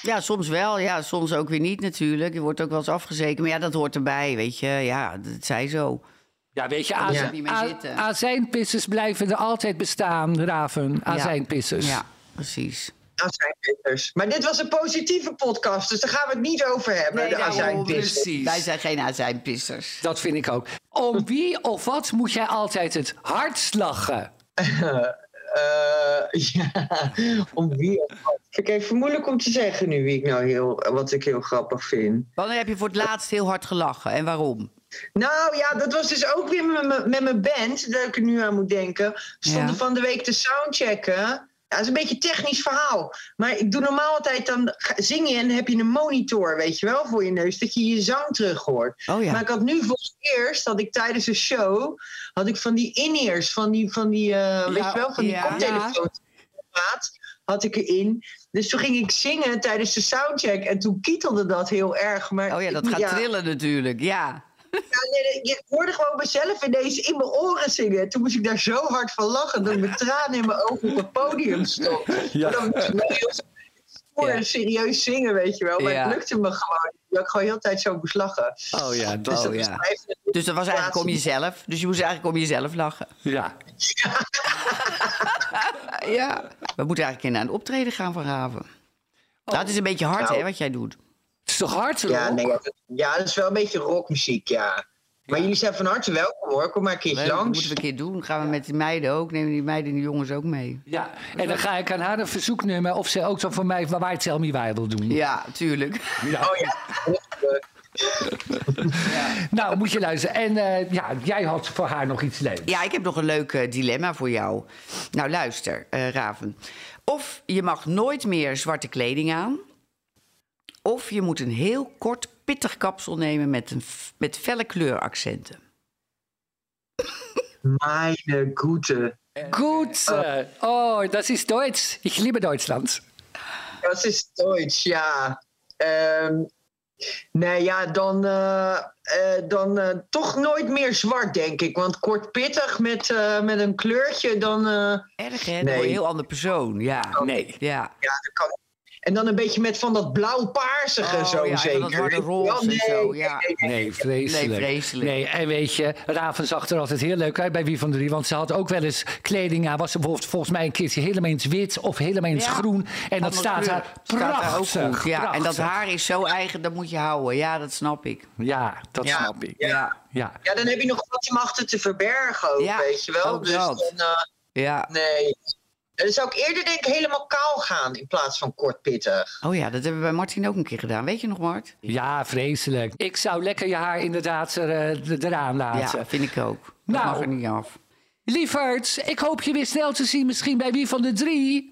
Speaker 2: Ja, soms wel. Ja, soms ook weer niet natuurlijk. Je wordt ook wel eens afgezeken. Maar ja, dat hoort erbij, weet je. Ja, dat zij zo.
Speaker 1: Ja, weet je,
Speaker 2: moet
Speaker 1: azijn-
Speaker 2: er niet mee
Speaker 1: a-
Speaker 2: zitten.
Speaker 1: azijnpissers blijven er altijd bestaan, Raven. Azijnpissers.
Speaker 2: Ja, precies.
Speaker 3: Azijnpissers. Ah, Maar dit was een positieve podcast, dus daar gaan we het niet over hebben. de
Speaker 2: daarom,
Speaker 3: azijnpissers.
Speaker 1: precies.
Speaker 2: Wij zijn geen azijnpissers.
Speaker 1: Dat vind ik ook. Om wie of wat moet jij altijd het hardst lachen?
Speaker 3: Eh, ja, om wie of wat. Vind ik even moeilijk om te zeggen nu wie ik nou heel, wat ik heel grappig vind.
Speaker 2: Wanneer heb je voor het laatst heel hard gelachen en waarom?
Speaker 3: Nou ja, dat was dus ook weer met mijn- met mijn band, dat ik er nu aan moet denken. We Stonden
Speaker 2: Ja.
Speaker 3: van de week te soundchecken. Ja, dat is een beetje een technisch verhaal. Maar ik doe normaal altijd dan ga- zing je en dan heb je een monitor, weet je wel, voor je neus. Dat je je zang terug hoort.
Speaker 2: Oh ja.
Speaker 3: Maar ik had nu voor het eerst, dat ik tijdens een show, had ik van die in-ears, van die, van die, eh, weet je wel, van die
Speaker 2: ja.
Speaker 3: koptelefoons. Had ik erin. Dus toen ging ik zingen tijdens de soundcheck. En toen kietelde dat heel erg. Maar
Speaker 2: Oh ja,
Speaker 3: ik-
Speaker 2: dat gaat trillen natuurlijk. Ja.
Speaker 3: ja, nee, nee, ik hoorde gewoon mezelf ineens in mijn oren zingen. Toen moest ik daar zo hard van lachen dat ik mijn tranen in mijn ogen op het podium stond.
Speaker 1: Ja.
Speaker 3: Maar Dan moest ik wel heel voor
Speaker 2: Ja.
Speaker 3: en serieus zingen, weet je wel. Maar
Speaker 2: Ja.
Speaker 3: het lukte me gewoon. Dat ik gewoon heel de tijd zo moest lachen.
Speaker 2: Oh ja,
Speaker 3: Dus dat
Speaker 2: oh,
Speaker 3: was
Speaker 2: ja.
Speaker 3: eigenlijk-
Speaker 2: Dus dat was eigenlijk om jezelf. Dus je moest eigenlijk om jezelf lachen.
Speaker 1: Ja.
Speaker 2: Ah, Ja. We moeten eigenlijk in naar een optreden gaan van Raven. Nou, het is een beetje hard,
Speaker 3: Oh. Nou.
Speaker 2: hè, wat jij doet.
Speaker 1: Het is toch hard,
Speaker 3: Ja,
Speaker 1: rock?
Speaker 3: nee, ja, dat- ja, dat is wel een beetje rockmuziek, ja. Maar jullie zijn van harte welkom hoor. Kom maar een keertje
Speaker 2: Leuk, dat
Speaker 3: langs.
Speaker 2: moeten we een keer doen. Gaan we met die meiden ook. Nemen die meiden en die jongens ook mee.
Speaker 1: Ja, en dan ga ik aan haar een verzoek nemen of ze ook zo van mij waar het Tell Me Why wil doen.
Speaker 2: Ja, tuurlijk.
Speaker 3: Oh ja.
Speaker 1: Nou, moet je luisteren. En eh, ja, jij had voor haar nog iets leuks.
Speaker 2: Ja, ik heb nog een leuk eh, dilemma voor jou. Nou, luister, eh, Raven. Of je mag nooit meer zwarte kleding aan. Of je moet een heel kort, pittig kapsel nemen met, een f- met felle kleuraccenten.
Speaker 3: Mijn goede.
Speaker 1: Goed. eh, oh, dat is Duits. Ik liebe Duitsland.
Speaker 3: Dat is Deutsch, ja. Ehm, nee, ja, dan, eh, eh, dan eh, toch nooit meer zwart, denk ik. Want kortpittig met, eh, met een kleurtje, dan... eh,
Speaker 2: Erg, hè? Dan word je
Speaker 3: Nee.
Speaker 2: Een heel ander persoon, ja.
Speaker 1: Oh, Nee.
Speaker 2: Ja.
Speaker 3: ja, dat kan. En dan een beetje met van dat blauw-paarsige
Speaker 2: Oh,
Speaker 3: zo
Speaker 2: ja, en van
Speaker 3: zeker.
Speaker 2: dat harde roze
Speaker 3: Ja,
Speaker 2: en zo, ja.
Speaker 3: nee, nee.
Speaker 1: Nee, vreselijk.
Speaker 2: Nee, vreselijk.
Speaker 1: Nee, en weet je, Raven zag er altijd heel leuk uit bij Wie van de Drie. Want ze had ook wel eens kleding aan. Was ze bijvoorbeeld volgens mij een keertje helemaal eens wit of helemaal eens
Speaker 2: Ja.
Speaker 1: groen. En dat
Speaker 2: Andere
Speaker 1: staat
Speaker 2: kleur.
Speaker 1: haar
Speaker 2: Staat haar
Speaker 1: prachtig.
Speaker 2: ook goed, Ja, en dat
Speaker 1: prachtig.
Speaker 2: haar is zo eigen, dat moet je houden. Ja, dat snap ik.
Speaker 1: Ja, dat
Speaker 3: Ja.
Speaker 1: snap ik.
Speaker 3: Ja.
Speaker 2: Ja.
Speaker 1: Ja.
Speaker 3: Ja, dan heb je nog wat om achter te verbergen ook,
Speaker 2: Ja,
Speaker 3: weet je wel.
Speaker 2: ook
Speaker 3: Dus
Speaker 2: dat.
Speaker 3: dan, eh,
Speaker 2: ja.
Speaker 3: nee. Dan zou ik eerder denk ik helemaal kaal gaan in plaats van kortpittig.
Speaker 2: Oh ja, dat hebben we bij Martin ook een keer gedaan. Weet je nog, Mart?
Speaker 1: ja, vreselijk. Ik zou lekker je haar inderdaad er, eh, er- eraan laten.
Speaker 2: Ja, vind ik ook. Dat
Speaker 1: Nou.
Speaker 2: mag er niet af.
Speaker 1: Lieverds, ik hoop je weer snel te zien. Misschien bij Wie van de Drie.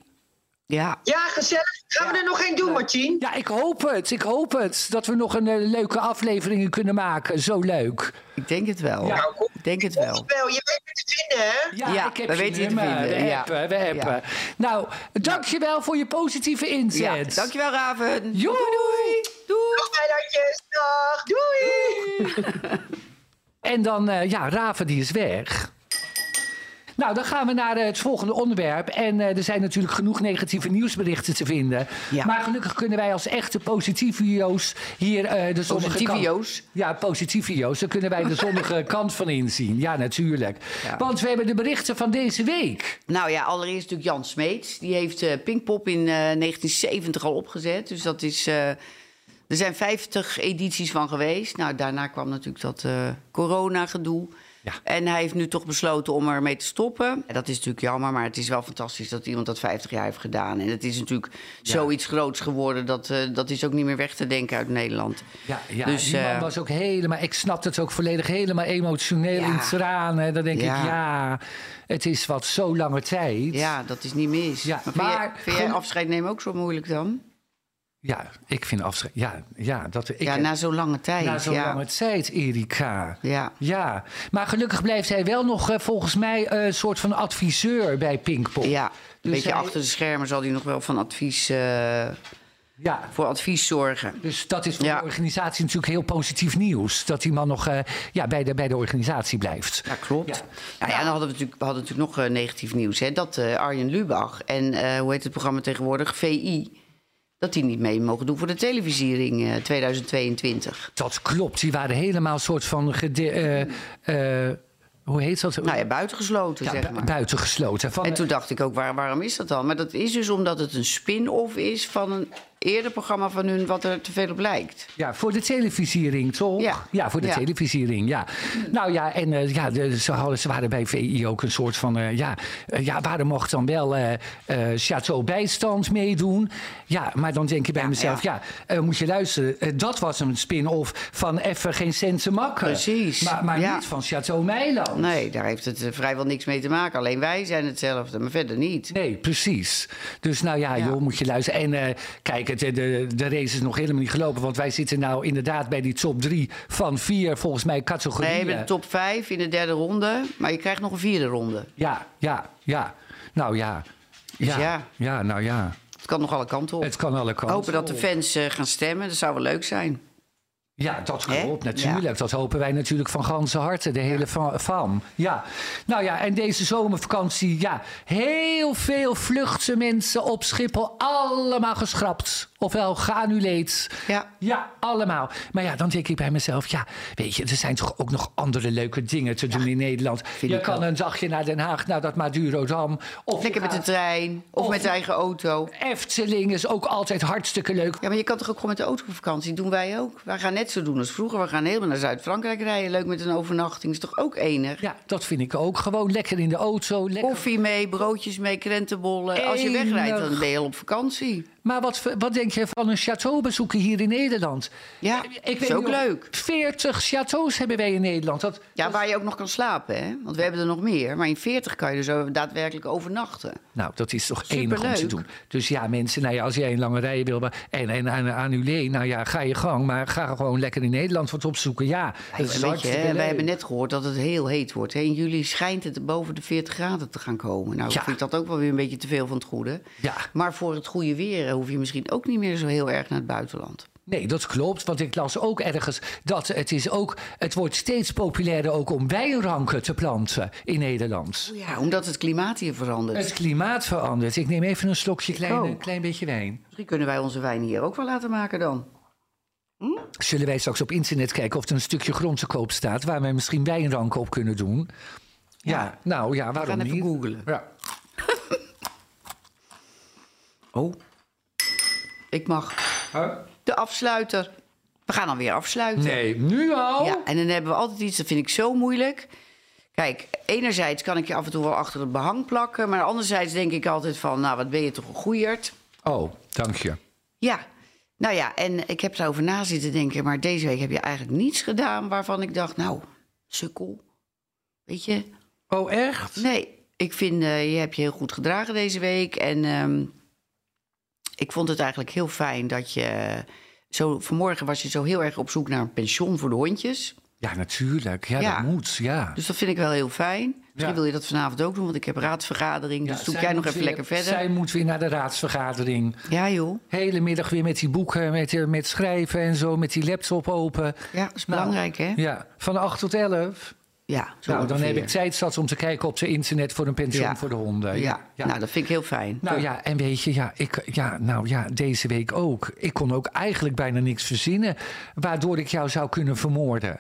Speaker 2: Ja.
Speaker 3: Ja, gezellig. Gaan we er nog één doen, Martien?
Speaker 1: Ja, ik hoop het. Ik hoop het. Dat we nog een eh, leuke aflevering kunnen maken. Zo leuk.
Speaker 2: Ik denk het wel.
Speaker 1: Ja.
Speaker 3: Nou, kom.
Speaker 2: Ik denk het
Speaker 3: Kom
Speaker 2: wel.
Speaker 3: wel. Je weet het te vinden, hè?
Speaker 1: Ja,
Speaker 2: Ja,
Speaker 1: ik heb
Speaker 2: we
Speaker 1: je
Speaker 2: weten je te
Speaker 1: nummer.
Speaker 2: vinden.
Speaker 1: We
Speaker 2: Ja.
Speaker 1: appen, we appen.
Speaker 2: Ja.
Speaker 1: Nou, dankjewel voor je positieve
Speaker 2: Ja,
Speaker 1: inzet.
Speaker 2: dankjewel Raven.
Speaker 1: Joe.
Speaker 2: Doei.
Speaker 3: Dag, eilandjes. Dag. Doei.
Speaker 1: En dan, eh, ja, Raven die is weg. Nou, dan gaan we naar eh, het volgende onderwerp. En eh, er zijn natuurlijk genoeg negatieve nieuwsberichten te vinden.
Speaker 2: Ja.
Speaker 1: Maar gelukkig kunnen wij als echte positivios hier eh, de zonnige
Speaker 2: Positivio's?
Speaker 1: kant... Ja, positivios. Daar kunnen wij de zonnige kant van inzien. Ja, natuurlijk.
Speaker 2: Ja.
Speaker 1: Want we hebben de berichten van deze week.
Speaker 2: Nou ja, allereerst natuurlijk Jan Smeets. Die heeft eh Pinkpop in eh, 1970 al opgezet. Dus dat is... eh, er zijn 50 edities van geweest. Nou, daarna kwam natuurlijk dat eh, corona-gedoe.
Speaker 1: Ja.
Speaker 2: En hij heeft nu toch besloten om ermee te stoppen. En dat is natuurlijk jammer, maar het is wel fantastisch dat iemand dat 50 jaar heeft gedaan. En het is natuurlijk zoiets groots geworden. Dat, eh, dat is ook niet meer weg te denken uit Nederland.
Speaker 1: Ja, ja
Speaker 2: Dus,
Speaker 1: die man
Speaker 2: eh,
Speaker 1: was ook helemaal... Ik snap het ook volledig helemaal emotioneel
Speaker 2: Ja.
Speaker 1: in tranen. Dan denk
Speaker 2: Ja.
Speaker 1: ik, ja, het is wat zo lange tijd.
Speaker 2: Ja, dat is niet mis.
Speaker 1: Ja,
Speaker 2: maar vind,
Speaker 1: maar
Speaker 2: jij, vind jij
Speaker 1: gewoon-
Speaker 2: afscheid nemen ook zo moeilijk dan?
Speaker 1: Ja, ik vind afscheid... Ja, ja, dat, ik
Speaker 2: ja,
Speaker 1: heb-
Speaker 2: na zo'n lange tijd.
Speaker 1: na zo'n
Speaker 2: ja.
Speaker 1: lange tijd, Erika.
Speaker 2: ja.
Speaker 1: Ja, maar gelukkig blijft hij wel nog eh, volgens mij eh, een soort van adviseur bij Pinkpop.
Speaker 2: Ja, een
Speaker 1: Dus
Speaker 2: beetje
Speaker 1: hij-
Speaker 2: achter de schermen zal hij nog wel van advies, eh,
Speaker 1: ja.
Speaker 2: voor advies zorgen.
Speaker 1: Dus dat is voor
Speaker 2: Ja.
Speaker 1: de organisatie natuurlijk heel positief nieuws. Dat die man nog eh, ja, bij, de, bij de organisatie blijft.
Speaker 2: Ja, klopt.
Speaker 1: Ja.
Speaker 2: Ja. Nou ja, en dan hadden we natuurlijk, we hadden natuurlijk nog eh, negatief nieuws. Hè? Dat eh, Arjen Lubach en eh, hoe heet het programma tegenwoordig? VI. Dat die niet mee mogen doen voor de televisiering eh, 2022.
Speaker 1: Dat klopt. Die waren helemaal een soort van. gede- eh, eh, hoe heet dat?
Speaker 2: Nou ja, buitengesloten,
Speaker 1: Ja,
Speaker 2: zeg
Speaker 1: bu-
Speaker 2: maar.
Speaker 1: buitengesloten. Van,
Speaker 2: en toen dacht ik ook, waar, waarom is dat dan? Maar dat is dus omdat het een spin-off is van een eerder programma van hun wat er te veel op lijkt.
Speaker 1: Ja, voor de televisiering, toch?
Speaker 2: Ja.
Speaker 1: voor de
Speaker 2: Ja.
Speaker 1: televisiering, ja. Nou ja, en eh, ja, de- ze, hadden, ze waren bij VI ook een soort van... eh, ja, eh, ja, waarom mocht dan wel eh eh, Chateau Bijstand meedoen? Ja, maar dan denk je bij mezelf, ja, eh, moet je luisteren. eh, dat was een spin-off van even geen cent te makken.
Speaker 2: Precies,
Speaker 1: Maar, maar
Speaker 2: ja.
Speaker 1: niet van Chateau Meiland.
Speaker 2: Nee, daar heeft het eh, vrijwel niks mee te maken. Alleen wij zijn hetzelfde, maar verder niet.
Speaker 1: Nee, precies. Dus nou ja,
Speaker 2: Ja.
Speaker 1: joh, moet je luisteren. En eh, kijk, het, de, de race is nog helemaal niet gelopen. Want wij zitten nou inderdaad bij die top drie van vier, volgens mij,
Speaker 2: Nee,
Speaker 1: categorieën.
Speaker 2: we hebben de top 5 in de derde ronde, maar je krijgt nog een vierde ronde.
Speaker 1: Ja, ja, ja. Nou ja. Ja, ja.
Speaker 2: ja.
Speaker 1: nou ja.
Speaker 2: Het kan nog alle kanten op.
Speaker 1: Het kan alle kanten.
Speaker 2: Hopen dat de
Speaker 1: op.
Speaker 2: fans eh, gaan stemmen, dat zou wel leuk zijn.
Speaker 1: Ja, dat
Speaker 2: Hè?
Speaker 1: klopt, natuurlijk. Dat hopen wij natuurlijk van ganse harte, de hele fa- fam. Ja. Nou ja, en deze zomervakantie, ja, heel veel vluchten mensen op Schiphol allemaal geschrapt. Ofwel geannuleerd.
Speaker 2: Ja.
Speaker 1: Ja, allemaal. Maar ja, dan denk ik bij mezelf, ja, weet je, er zijn toch ook nog andere leuke dingen te doen in Nederland. Je
Speaker 2: ik
Speaker 1: kan
Speaker 2: ook.
Speaker 1: een dagje naar Den Haag, naar dat Madurodam. Of
Speaker 2: Lekker
Speaker 1: je
Speaker 2: met de
Speaker 1: gaat-
Speaker 2: trein of
Speaker 1: Of-
Speaker 2: met de eigen auto.
Speaker 1: Efteling is ook altijd hartstikke leuk.
Speaker 2: Ja, maar je kan toch ook gewoon met de auto op vakantie? Doen wij ook. Wij gaan net zo doen als vroeger. We gaan helemaal naar Zuid-Frankrijk rijden. Leuk met een overnachting. Is toch ook enig?
Speaker 1: Ja, dat vind ik ook. Gewoon lekker in de auto. Lekker.
Speaker 2: Koffie mee, broodjes mee, krentenbollen. Als je
Speaker 1: Enig.
Speaker 2: wegrijdt, dan ben je al op vakantie.
Speaker 1: Maar wat, wat denk je van een château bezoeken hier in Nederland?
Speaker 2: Ja, is
Speaker 1: weet
Speaker 2: ook
Speaker 1: niet of-
Speaker 2: leuk.
Speaker 1: 40 châteaus hebben wij in Nederland. Dat,
Speaker 2: Ja, waar je ook nog kan slapen, hè? Want we hebben er nog meer. Maar in 40 kan je dus ook daadwerkelijk overnachten.
Speaker 1: nou, dat is toch
Speaker 2: Superleuk.
Speaker 1: enig om te doen. Dus ja, mensen, nou ja, als jij een lange rij wil maar- en, en, en annuleer, nou ja, ga je gang. Maar ga gewoon lekker in Nederland wat opzoeken. Ja, dat is
Speaker 2: Weet je,
Speaker 1: hartstikke
Speaker 2: hè,
Speaker 1: leuk.
Speaker 2: wij hebben net gehoord dat het heel heet wordt. Hè? In juli schijnt het boven de 40 graden te gaan komen. Nou,
Speaker 1: Ja.
Speaker 2: vind ik dat ook wel weer een beetje te veel van het goede.
Speaker 1: Ja.
Speaker 2: Maar voor het goede weer eh, hoef je misschien ook niet meer zo heel erg naar het buitenland.
Speaker 1: Nee, dat klopt. Want ik las ook ergens dat het, is ook, het wordt steeds populairder ook om wijnranken te planten in Nederland.
Speaker 2: Ja, Nou, omdat het klimaat hier verandert.
Speaker 1: Het klimaat verandert. Ik neem even een slokje klein,
Speaker 2: ook.
Speaker 1: een klein beetje wijn.
Speaker 2: Misschien kunnen wij onze wijn hier ook wel laten maken dan.
Speaker 1: Zullen wij straks op internet kijken of er een stukje grond te koop staat... waar wij misschien wijnranken op kunnen doen? Ja, nou ja, waarom
Speaker 2: gaan even
Speaker 1: niet?
Speaker 2: googlen.
Speaker 1: Ja.
Speaker 2: Oh. Ik mag. De afsluiter. We gaan dan weer afsluiten.
Speaker 1: Nee, nu al?
Speaker 2: Ja, en dan hebben we altijd iets, dat vind ik zo moeilijk. Kijk, enerzijds kan ik je af en toe wel achter het behang plakken. Maar anderzijds denk ik altijd van, nou wat ben je toch een goeierd.
Speaker 1: Oh, dank je.
Speaker 2: Ja, nou ja, en ik heb daarover na zitten denken. Maar deze week heb je eigenlijk niets gedaan waarvan ik dacht, nou, sukkel. Weet je,
Speaker 1: Oh, echt?
Speaker 2: Nee, ik vind eh, je hebt je heel goed gedragen deze week. En ehm, ik vond het eigenlijk heel fijn dat je. Zo, vanmorgen was je zo heel erg op zoek naar een pensioen voor de hondjes.
Speaker 1: Ja, natuurlijk. Ja,
Speaker 2: Ja.
Speaker 1: dat moet. Ja.
Speaker 2: Dus dat vind ik wel heel fijn. Misschien
Speaker 1: Ja.
Speaker 2: wil je dat vanavond ook doen, want ik heb raadsvergadering.
Speaker 1: Ja,
Speaker 2: Dus zoek
Speaker 1: zij
Speaker 2: jij nog
Speaker 1: moet
Speaker 2: even
Speaker 1: weer-
Speaker 2: lekker verder.
Speaker 1: Zij moet weer naar de raadsvergadering.
Speaker 2: Ja, joh.
Speaker 1: Hele middag weer met die boeken, met, eh, met schrijven en zo, met die laptop open.
Speaker 2: Ja, dat is
Speaker 1: Nou,
Speaker 2: belangrijk, hè?
Speaker 1: Ja, van 8 tot 11.
Speaker 2: Ja, zo
Speaker 1: Nou, dan
Speaker 2: ongeveer.
Speaker 1: heb ik tijd zat om te kijken op de internet voor een pensioen
Speaker 2: Ja.
Speaker 1: voor de honden.
Speaker 2: Ja. nou, dat vind ik heel fijn.
Speaker 1: Nou ja, en weet je, ja, ik, ja, nou ja, deze week ook. Ik kon ook eigenlijk bijna niks verzinnen waardoor ik jou zou kunnen vermoorden.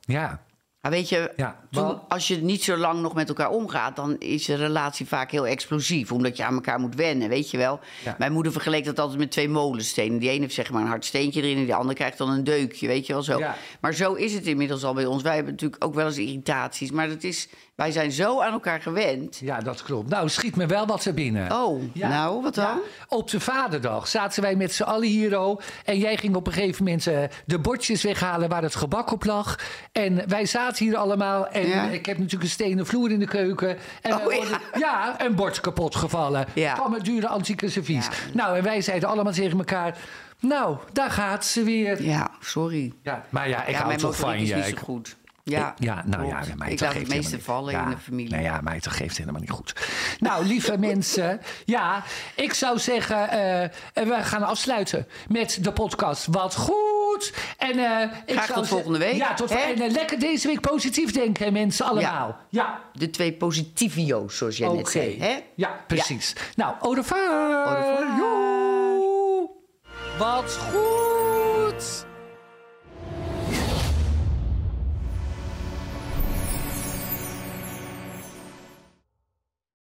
Speaker 1: Ja,
Speaker 2: Maar weet je,
Speaker 1: Ja,
Speaker 2: toen-
Speaker 1: wel-
Speaker 2: als je niet zo lang nog met elkaar omgaat, dan is de relatie vaak heel explosief. Omdat je aan elkaar moet wennen, weet je wel.
Speaker 1: Ja.
Speaker 2: Mijn moeder vergeleek dat altijd met twee molenstenen. Die ene heeft zeg maar een hard steentje erin en die andere krijgt dan een deukje, weet je wel zo.
Speaker 1: Ja.
Speaker 2: Maar zo is het inmiddels al bij ons. Wij hebben natuurlijk ook wel eens irritaties. Maar dat is, wij zijn zo aan elkaar gewend.
Speaker 1: ja, dat klopt. Nou, schiet me wel wat er binnen.
Speaker 2: Oh,
Speaker 1: Ja.
Speaker 2: nou, wat dan?
Speaker 1: Op de vaderdag zaten wij met z'n allen hier oh, En jij ging op een gegeven moment eh, de bordjes weghalen waar het gebak op lag. En wij zaten hier allemaal. En
Speaker 2: Ja.
Speaker 1: ik heb natuurlijk een stenen vloer in de keuken. En
Speaker 2: Oh,
Speaker 1: wij
Speaker 2: ja.
Speaker 1: worden- ja, een bord kapot gevallen.
Speaker 2: Ja.
Speaker 1: Van het dure antieke servies.
Speaker 2: Ja.
Speaker 1: Nou, en wij zeiden allemaal tegen elkaar. Nou, daar gaat ze weer.
Speaker 2: Ja, sorry.
Speaker 1: Ja, maar ja, ik
Speaker 2: ja,
Speaker 1: hou
Speaker 2: mijn
Speaker 1: toch
Speaker 2: motoriek
Speaker 1: van
Speaker 2: is
Speaker 1: je.
Speaker 2: niet zo
Speaker 1: Ik-
Speaker 2: goed. Ja,
Speaker 1: ja, nou ja,
Speaker 2: klopt.
Speaker 1: maar dat
Speaker 2: ik laat het
Speaker 1: geeft helemaal
Speaker 2: meeste
Speaker 1: niet.
Speaker 2: vallen
Speaker 1: Ja,
Speaker 2: in de familie.
Speaker 1: Nou ja, maar dat geeft helemaal niet goed. Nou, lieve mensen, ja, ik zou zeggen, eh, we gaan afsluiten met de podcast. Wat goed! En, eh, ik
Speaker 2: Graag
Speaker 1: zou
Speaker 2: tot
Speaker 1: ze-
Speaker 2: volgende week,
Speaker 1: Ja, tot
Speaker 2: hè?
Speaker 1: en eh, lekker deze week positief denken, mensen, allemaal. Ja,
Speaker 2: De twee positivio's, zoals jij
Speaker 1: oké.
Speaker 2: net zei. Hè?
Speaker 1: Ja, precies. Nou, au revoir.
Speaker 2: Au revoir.
Speaker 1: Joe. Wat goed!